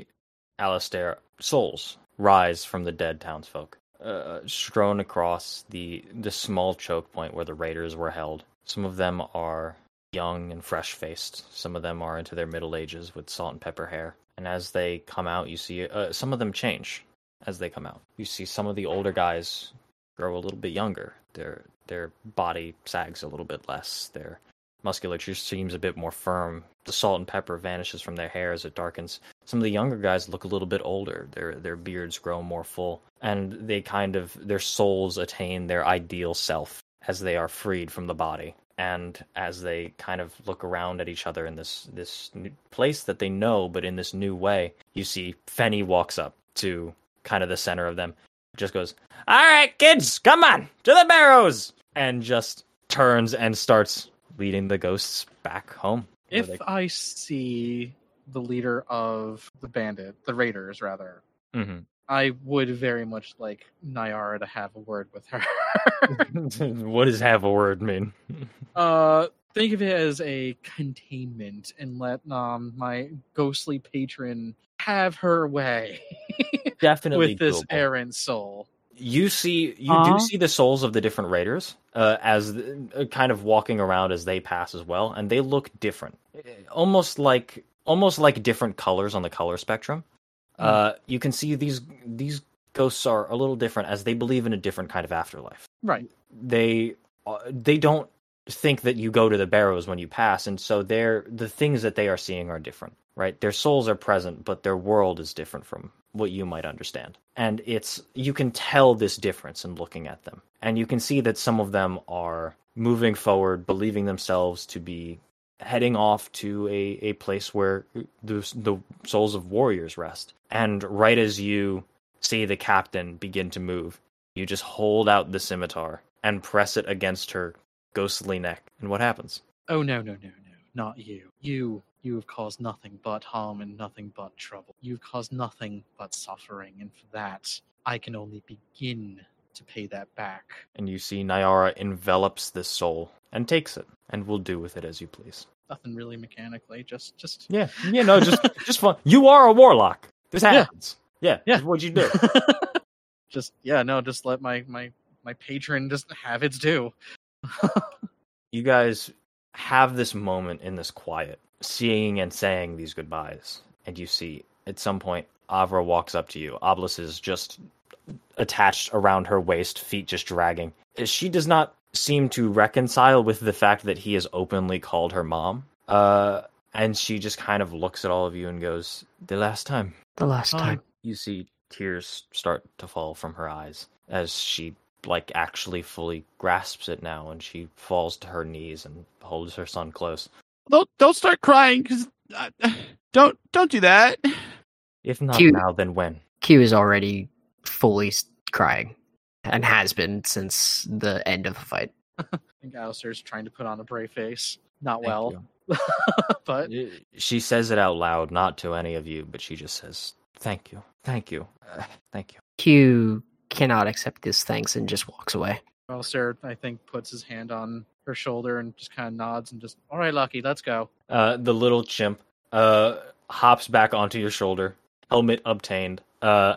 A: Alistair souls rise from the dead townsfolk, uh, strewn across the the small choke point where the raiders were held. Some of them are young and fresh faced. Some of them are into their middle ages with salt and pepper hair. And as they come out, you see uh, some of them change as they come out. You see some of the older guys grow a little bit younger. Their their body sags a little bit less. Their musculature seems a bit more firm. The salt and pepper vanishes from their hair as it darkens some of the younger guys look a little bit older their their beards grow more full and they kind of their souls attain their ideal self as they are freed from the body and as they kind of look around at each other in this this new place that they know but in this new way you see fenny walks up to kind of the center of them just goes all right kids come on to the barrows and just turns and starts leading the ghosts back home
B: If
A: Where they-
B: I see the leader of the bandit, the raiders rather,
A: Mhm.
B: I would very much like Nyara to have a word with her.
A: what does have a word mean
B: uh, think of it as a containment and let um my ghostly patron have her way
A: definitely
B: with this
A: doable.
B: errant soul.
A: You see, you
D: Aw.
A: do see the souls of the different raiders uh, as uh, kind of walking around as they pass as well, and they look different, Uh, almost like almost like different colors on the color spectrum. Uh, you can see these these ghosts are a little different as they believe in a different kind of afterlife.
B: Right.
A: They uh, they don't think that you go to the barrows when you pass, and so they're the things that they are seeing are different, right? Their souls are present, but their world is different from what you might understand. And it's you can tell this difference in looking at them. And you can see that some of them are moving forward, believing themselves to be heading off to a, a place where the the souls of warriors rest. And right as you see the captain begin to move, you just hold out the scimitar and press it against her ghostly neck. And what happens?
B: Oh no no no no! Not you. You you have caused nothing but harm and nothing but trouble. You've caused nothing but suffering, and for that, I can only begin to pay that back.
A: And you see Nyara envelops this soul and takes it and will do with it as you please.
B: nothing really mechanically. Just, just
A: Yeah, you know, just just fun. You are a warlock. This
B: Yeah.
A: happens. Yeah,
B: Yeah.
A: What'd you do?
B: just yeah, no, just let my my my patron just have its due.
A: you guys have this moment in this quiet, seeing and saying these goodbyes, and you see at some point Avra walks up to you. Oblis is just attached around her waist, feet just dragging. She does not seem to reconcile with the fact that he has openly called her mom. Uh, and she just kind of looks at all of you and goes, "The last time."
D: The last time.
A: you see tears start to fall from her eyes as she like actually fully grasps it now and she falls to her knees and holds her son close
C: Don't don't start crying because don't don't do that.
A: if not
D: Cute.
A: now then when
D: Q is already fully s- crying, and has been since the end of the fight.
B: I think Alistair's trying to put on a brave face. Not
A: Thank
B: well.
A: you.
B: but
A: She says it out loud, not to any of you, but she just says, "Thank you, thank you, uh, thank you."
D: Q cannot accept this thanks and just walks away.
B: Alistair, I think, puts his hand on her shoulder and just kind of nods and just, all right, Lucky, let's go.
A: Uh, the little chimp uh, hops back onto your shoulder, helmet obtained, uh,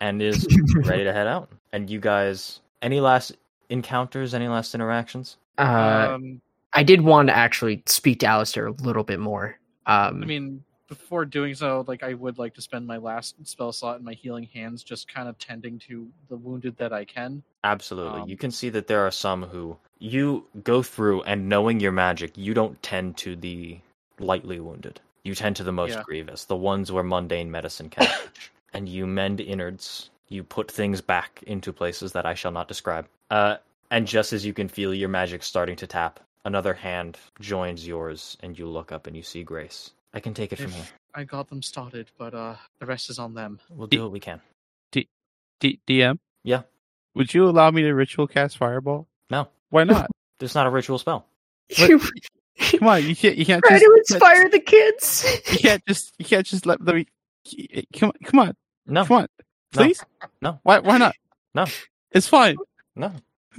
A: and is ready to head out. And you guys, any last encounters? Any last interactions?
D: Uh,
B: um,
D: I did want to actually speak to Alistair a little bit more. Um,
B: I mean, before doing so, like I would like to spend my last spell slot in my healing hands just kind of tending to the wounded that I can.
A: Absolutely.
B: Um,
A: you can see that there are some who you go through and knowing your magic, you don't tend to the lightly wounded. You tend to the most
B: Yeah.
A: grievous, the ones where mundane medicine can reach. and you mend innards. You put things back into places that I shall not describe. Uh, and just as you can feel your magic starting to tap, another hand joins yours, and you look up and you see Grace. I can take it from
B: If-
A: here.
B: I got them started, but uh the rest is on them.
A: We'll do what we can.
C: D- DM.
A: Yeah.
C: Would you allow me to ritual cast fireball?
A: No.
C: Why not?
A: There's not a ritual spell.
D: you
C: Come on, you can't. You can't
D: try
C: just,
D: to inspire the kids.
C: You can't just. You can't just let me. Come on, come on,
A: No.
C: come on,
A: No.
C: please.
A: No.
C: Why? Why not?
A: No.
C: It's fine.
A: No.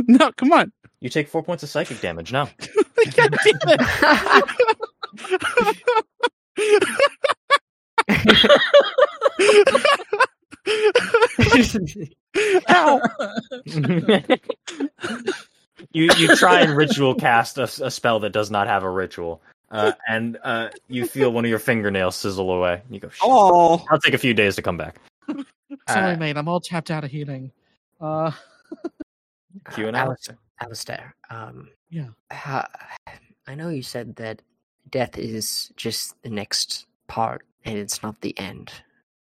C: No, come on.
A: You take four points of psychic damage. No.
C: God damn it. Ow.
A: you you try and ritual cast a, a spell that does not have a ritual, uh, and uh, you feel one of your fingernails sizzle away. You go, Shit.
C: Oh.
A: "I'll take a few days to come back."
B: Sorry,
D: Uh,
B: mate, I'm all tapped out of healing. Uh
A: Q and
D: Alex-
A: Alistair.
D: Alistair, um,
B: Yeah.
D: ha- I know you said that death is just the next part and it's not the end.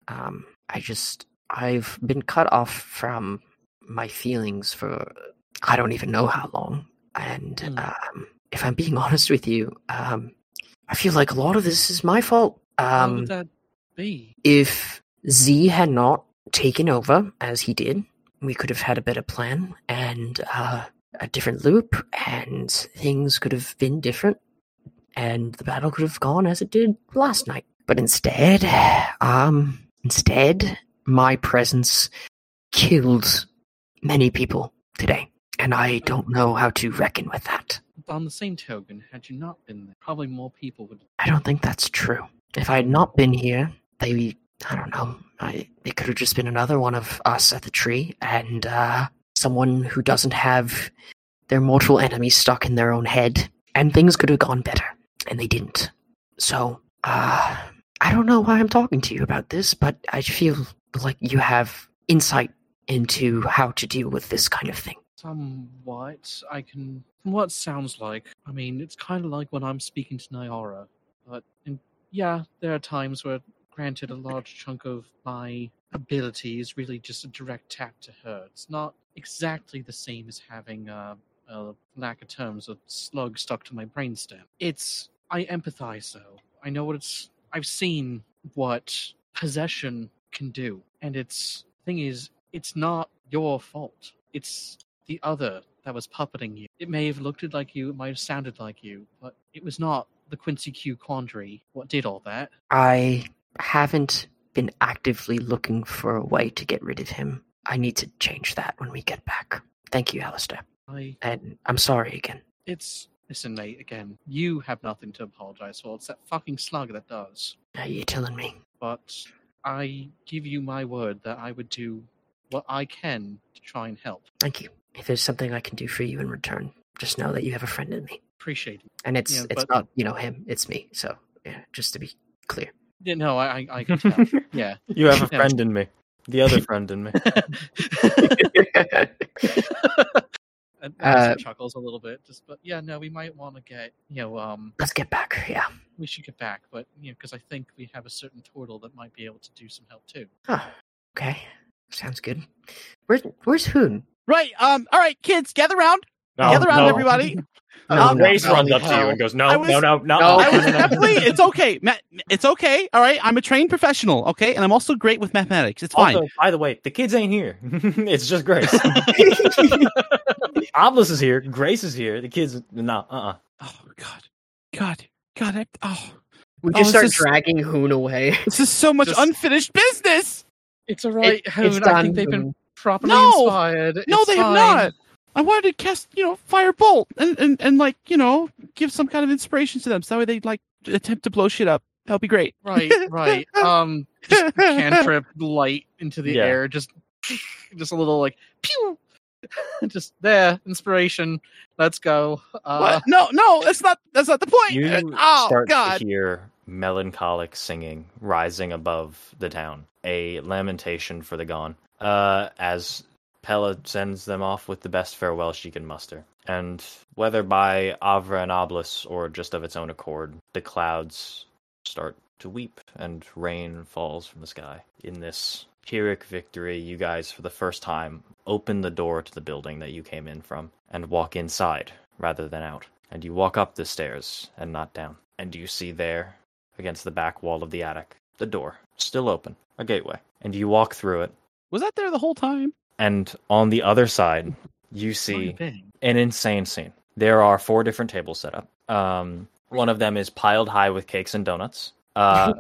D: Um, I just, I've been cut off from my feelings for I don't even know how long. And
B: Hmm.
D: um, if I'm being honest with you, um, I feel like a lot of this is my fault.
B: how
D: Um,
B: would that be?
D: if Z had not taken over as he did, we could have had a better plan and uh, a different loop, and things could have been different, and the battle could have gone as it did last night. But instead, um, instead, my presence killed many people today, and I don't know how to reckon with that.
B: On the same token, had you not been there, probably more people would
D: I don't think that's true. If I had not been here, they, I don't know, I, it could have just been another one of us at the tree and uh, someone who doesn't have their mortal enemy stuck in their own head, and things could have gone better, and they didn't. So, uh, I don't know why I'm talking to you about this, but I feel like you have insight into how to deal with this kind of thing.
B: somewhat I can from what it sounds like. I mean, it's kinda like when I'm speaking to Nyara. But and yeah, there are times where granted a large chunk of my ability is really just a direct tap to her. It's not exactly the same as having a, a lack of terms, a slug stuck to my brainstem. It's I empathize though. I know what it's I've seen what possession can do. And it's thing is, it's not your fault. It's the other that was puppeting you. It may have looked it like you, it might have sounded like you, but it was not the Quincy Q quandary what did all that.
D: I haven't been actively looking for a way to get rid of him. I need to change that when we get back. Thank you, Alistair.
B: I
D: And I'm sorry again.
B: it's listen, mate, again, you have nothing to apologize for. It's that fucking slug that does.
D: Now you're telling me.
B: But I give you my word that I would do what I can to try and help.
D: Thank you. If there's something I can do for you in return, just know that you have a friend in me.
B: Appreciate it.
D: And it's
B: Yeah,
D: it's
B: but-
D: not, you know, him, it's me. So yeah, just to be clear.
B: Yeah, no, I, I, I can tell. yeah.
A: You have a
B: Yeah.
A: friend in me. The other friend in me.
B: and Alistair
D: Uh,
B: chuckles a little bit, just but yeah, no, we might want to get you know, um,
D: Let's get back, yeah.
B: we should get back, but you know, because I think we have a certain turtle that might be able to do some help too.
D: Huh. Okay. Sounds good. Where's where's Hoon?
C: Right. Um. All right, kids, gather round.
A: No,
C: gather round,
A: no.
C: everybody.
A: No,
D: Oh,
C: Um,
A: Grace
D: no,
A: runs up to you
D: no.
A: and goes, "No,
C: I was-
A: no, no, no."
D: No,
C: I was
D: no, no.
C: definitely. It's okay. Ma- it's okay. All right. I'm a trained professional. Okay, and I'm also great with mathematics. It's fine.
A: Also, by the way, the kids ain't here. it's just Grace. Obelisk is here. Grace is here. The kids, no, uh, uh
C: oh God, God, God, I, oh,
D: We
C: Oh,
D: just start
C: this is-
D: dragging Hoon away.
C: this is so much
B: Just-
C: unfinished business.
B: It's all right,
D: It-
B: Hoon.
D: it's
B: I
D: done,
B: think they've been
D: Hoon.
B: properly
C: No!
B: inspired.
C: No,
B: It's
C: they
B: fine.
C: have not. I wanted to cast, you know, firebolt and, and and like, you know, give some kind of inspiration to them. So that way they like attempt to blow shit up. That'll be great.
B: Right, right. Um, just cantrip light into the
A: Yeah.
B: air. Just, just a little like pew. just there, inspiration. Let's go. Uh,
C: What? No, no, that's not that's not the point.
A: You
C: Uh, oh
A: start
C: God.
A: to hear melancholic singing rising above the town, a lamentation for the gone, uh, as Pella sends them off with the best farewell she can muster. And whether by Avra and Oblis or just of its own accord, the clouds start to weep and rain falls from the sky. In this Pyrrhic victory, you guys, for the first time, open the door to the building that you came in from and walk inside rather than out. And you walk up the stairs and not down. And you see there, against the back wall of the attic, the door, still open, a gateway. And you walk through it,
C: Was that there the whole time?
A: and on the other side, you see an insane scene. There are four different tables set up. Um, one of them is piled high with cakes and donuts. Uh,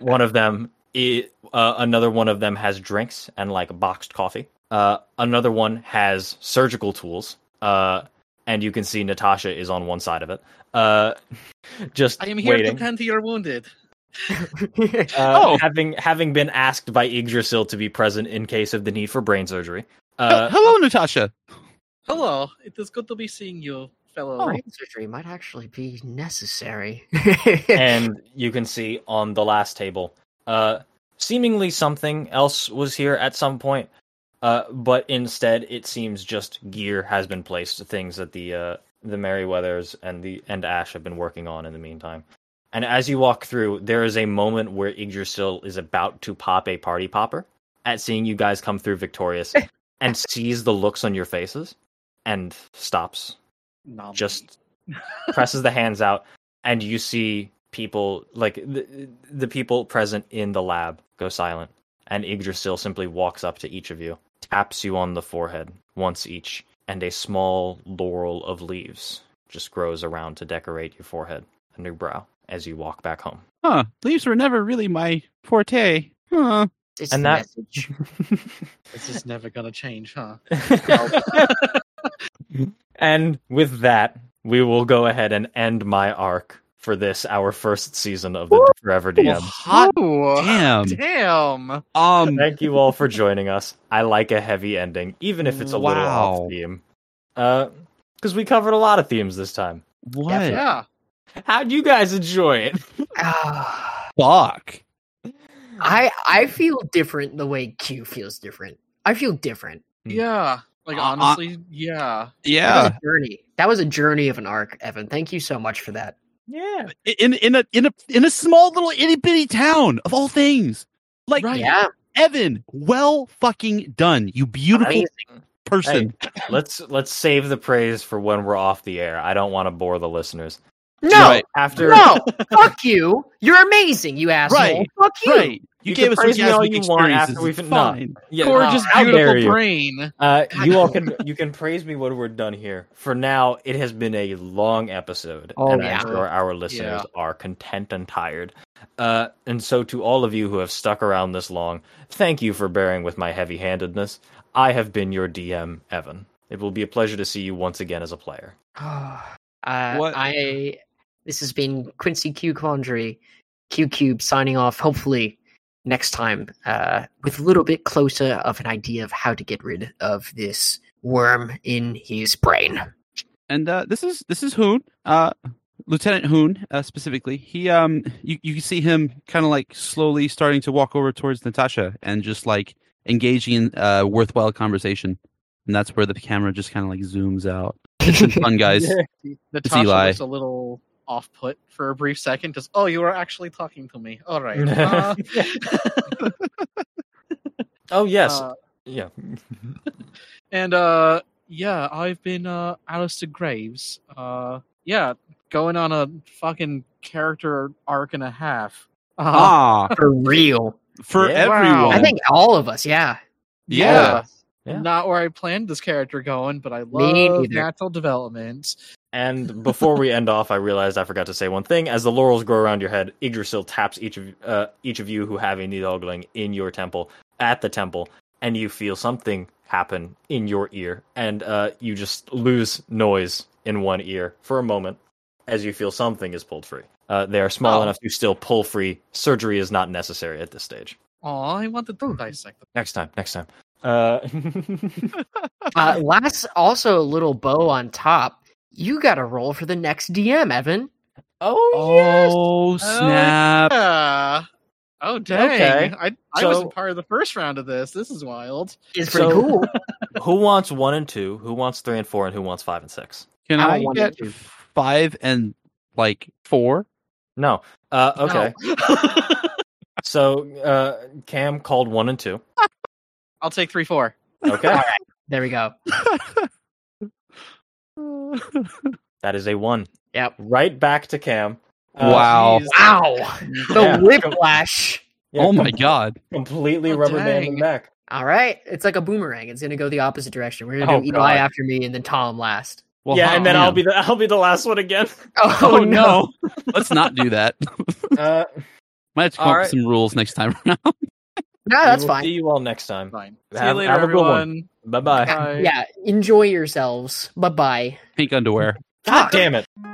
A: one of them, i uh, another one of them has drinks and like boxed coffee. Uh, another one has surgical tools. Uh, and you can see Natasha is on one side of it. Uh, just
B: I am here
A: waiting.
B: to tend to your wounded.
A: Uh,
C: Oh.
A: having having been asked by Yggdrasil to be present in case of the need for brain surgery. Uh,
C: Hello, Natasha.
B: Hello, it is good to be seeing you, fellow.
C: Oh.
D: Brain surgery might actually be necessary.
A: and you can see on the last table, uh, seemingly something else was here at some point, uh, but instead it seems just gear has been placed, things that the uh, the Merryweathers and the and Ash have been working on in the meantime. And as you walk through, there is a moment where Yggdrasil is about to pop a party popper at seeing you guys come through victorious, and sees the looks on your faces, and stops
B: Nom.
A: just presses the hands out and you see people like the, the people present in the lab go silent and Yggdrasil simply walks up to each of you taps you on the forehead once each and a small laurel of leaves just grows around to decorate your forehead and your brow as you walk back home
C: Huh. Leaves were never really my forte. Huh.
D: it's
A: and
D: the
A: that-
D: message.
B: This is never gonna change, huh?
A: and with that, we will go ahead and end my arc for this, our first season of the Forever DM.
C: Hot
B: Ooh,
C: damn.
B: damn.
C: Um
A: Thank you all for joining us. I like a heavy ending, even if it's a little
C: Wow.
A: off theme. Because we covered a lot of themes this time.
C: what
B: Yeah.
A: How'd you guys enjoy it?
D: Ah,
C: fuck?
D: I I feel different the way Q feels different. I feel different.
A: Hmm.
B: Yeah. Like
C: Uh,
A: Ah,
C: uh,
B: honestly, yeah.
D: That
C: Yeah.
D: was a journey. That was a journey of an arc, Evan. Thank you so much for that.
A: Yeah.
C: in in a in a in a small little itty bitty town of all things. Like
B: Right.
D: Yeah,
C: Evan, well fucking done, you beautiful
D: amazing.
C: person.
A: Let's let's save the praise for when we're off the air. I don't want to bore the listeners.
D: No,
C: Right.
A: After
D: no, fuck you. You're amazing, you asshole.
C: Right.
D: Fuck you.
C: Right. You,
A: You
C: gave
A: can
C: us
A: praise me all
C: orgasmic
A: you want after
C: experiences.
A: we've-
C: It's
A: no.
C: fine.
A: yeah,
B: Gorgeous,
A: how dare
B: beautiful
A: you.
B: brain.
A: Uh, you all can you can praise me when we're done here. For now, it has been a long episode,
D: Oh,
A: and
D: yeah.
A: I'm sure our listeners are content and tired. Uh, and so, to all of you who have stuck around this long, thank you for bearing with my heavy-handedness. I have been your DM, Evan. It will be a pleasure to see you once again as a player.
D: uh,
C: What-
D: I this has been Quincy Q Quandary, Q Cube signing off. Hopefully next time uh, with a little bit closer of an idea of how to get rid of this worm in his brain.
C: And uh, this is this is Hoon, uh, Lieutenant Hoon uh, specifically. He um you you can see him kind of like slowly starting to walk over towards Natasha and just like engaging in uh, worthwhile conversation. And that's where the camera just kind of like zooms out. It's been fun, guys.
B: Natasha
C: Eli.
B: was a little off put for a brief second. Just oh, you were actually talking to me. All right. Uh,
A: Oh yes,
B: uh,
A: yeah.
B: and uh, yeah, I've been uh, Alistair Graves. Uh, yeah, going on a fucking character arc and a half. Uh,
C: Ah,
D: For real.
C: for
A: Yeah.
C: everyone.
A: Wow.
D: I think all of us, yeah.
C: yeah.
B: yeah.
A: Yeah.
B: Not where I planned this character going, but I
D: Me
B: love
D: neither.
B: natural development.
A: And before we end off, I realized I forgot to say one thing. As the laurels grow around your head, Yggdrasil taps each of uh, each of you who have a Nidogling in your temple at the temple, and you feel something happen in your ear, and uh, you just lose noise in one ear for a moment as you feel something is pulled free. Uh, they are small
B: Oh.
A: enough to still pull free. Surgery is not necessary at this stage.
B: Aw, I wanted to dissect them.
A: Next time, next time. Uh,
D: Uh, last, also a little bow on top. You got to roll for the next DM, Evan.
A: oh,
C: Oh snap!
B: Yeah. Oh dang!
A: Okay.
B: I I
A: So-
B: wasn't part of the first round of this. This is wild.
D: It's pretty
A: So-
D: cool.
A: who wants one and two? Who wants three and four? And who wants five and six?
C: Can
D: I
C: I
D: wanted
C: get
D: to.
C: five and like four?
A: No. Uh, okay.
B: No.
A: So uh, Cam called one and two.
B: I'll take three four.
A: Okay,
D: There we go.
C: Oh
A: that is a one.
D: Yep.
A: Right back to Cam. Uh,
C: wow!
B: Jeez.
D: Wow. The
A: Yeah.
D: whiplash.
A: yeah,
C: oh my god!
A: Completely
B: Oh,
A: rubber banding
B: dang.
A: back.
D: All right. It's like a boomerang. It's going to go the opposite direction. We're going to
A: Oh,
D: do Eli
A: God.
D: after me and then Tom last.
C: Well,
A: yeah,
C: hot
A: and then I'll
C: damn.
A: be the I'll be the last one again.
D: Oh,
C: Oh no! Let's not do that.
B: Oh,
A: Uh,
C: Might have to come
A: All
C: up
A: right.
C: with some rules next time around.
D: No, that's
A: we will
D: fine.
A: See you all next time.
B: Fine. See
A: Have-
B: you later,
A: have a good one.
B: everyone.
A: Bye bye.
B: Bye.
D: Yeah. Enjoy yourselves. Bye bye.
C: Pink underwear.
A: God damn it.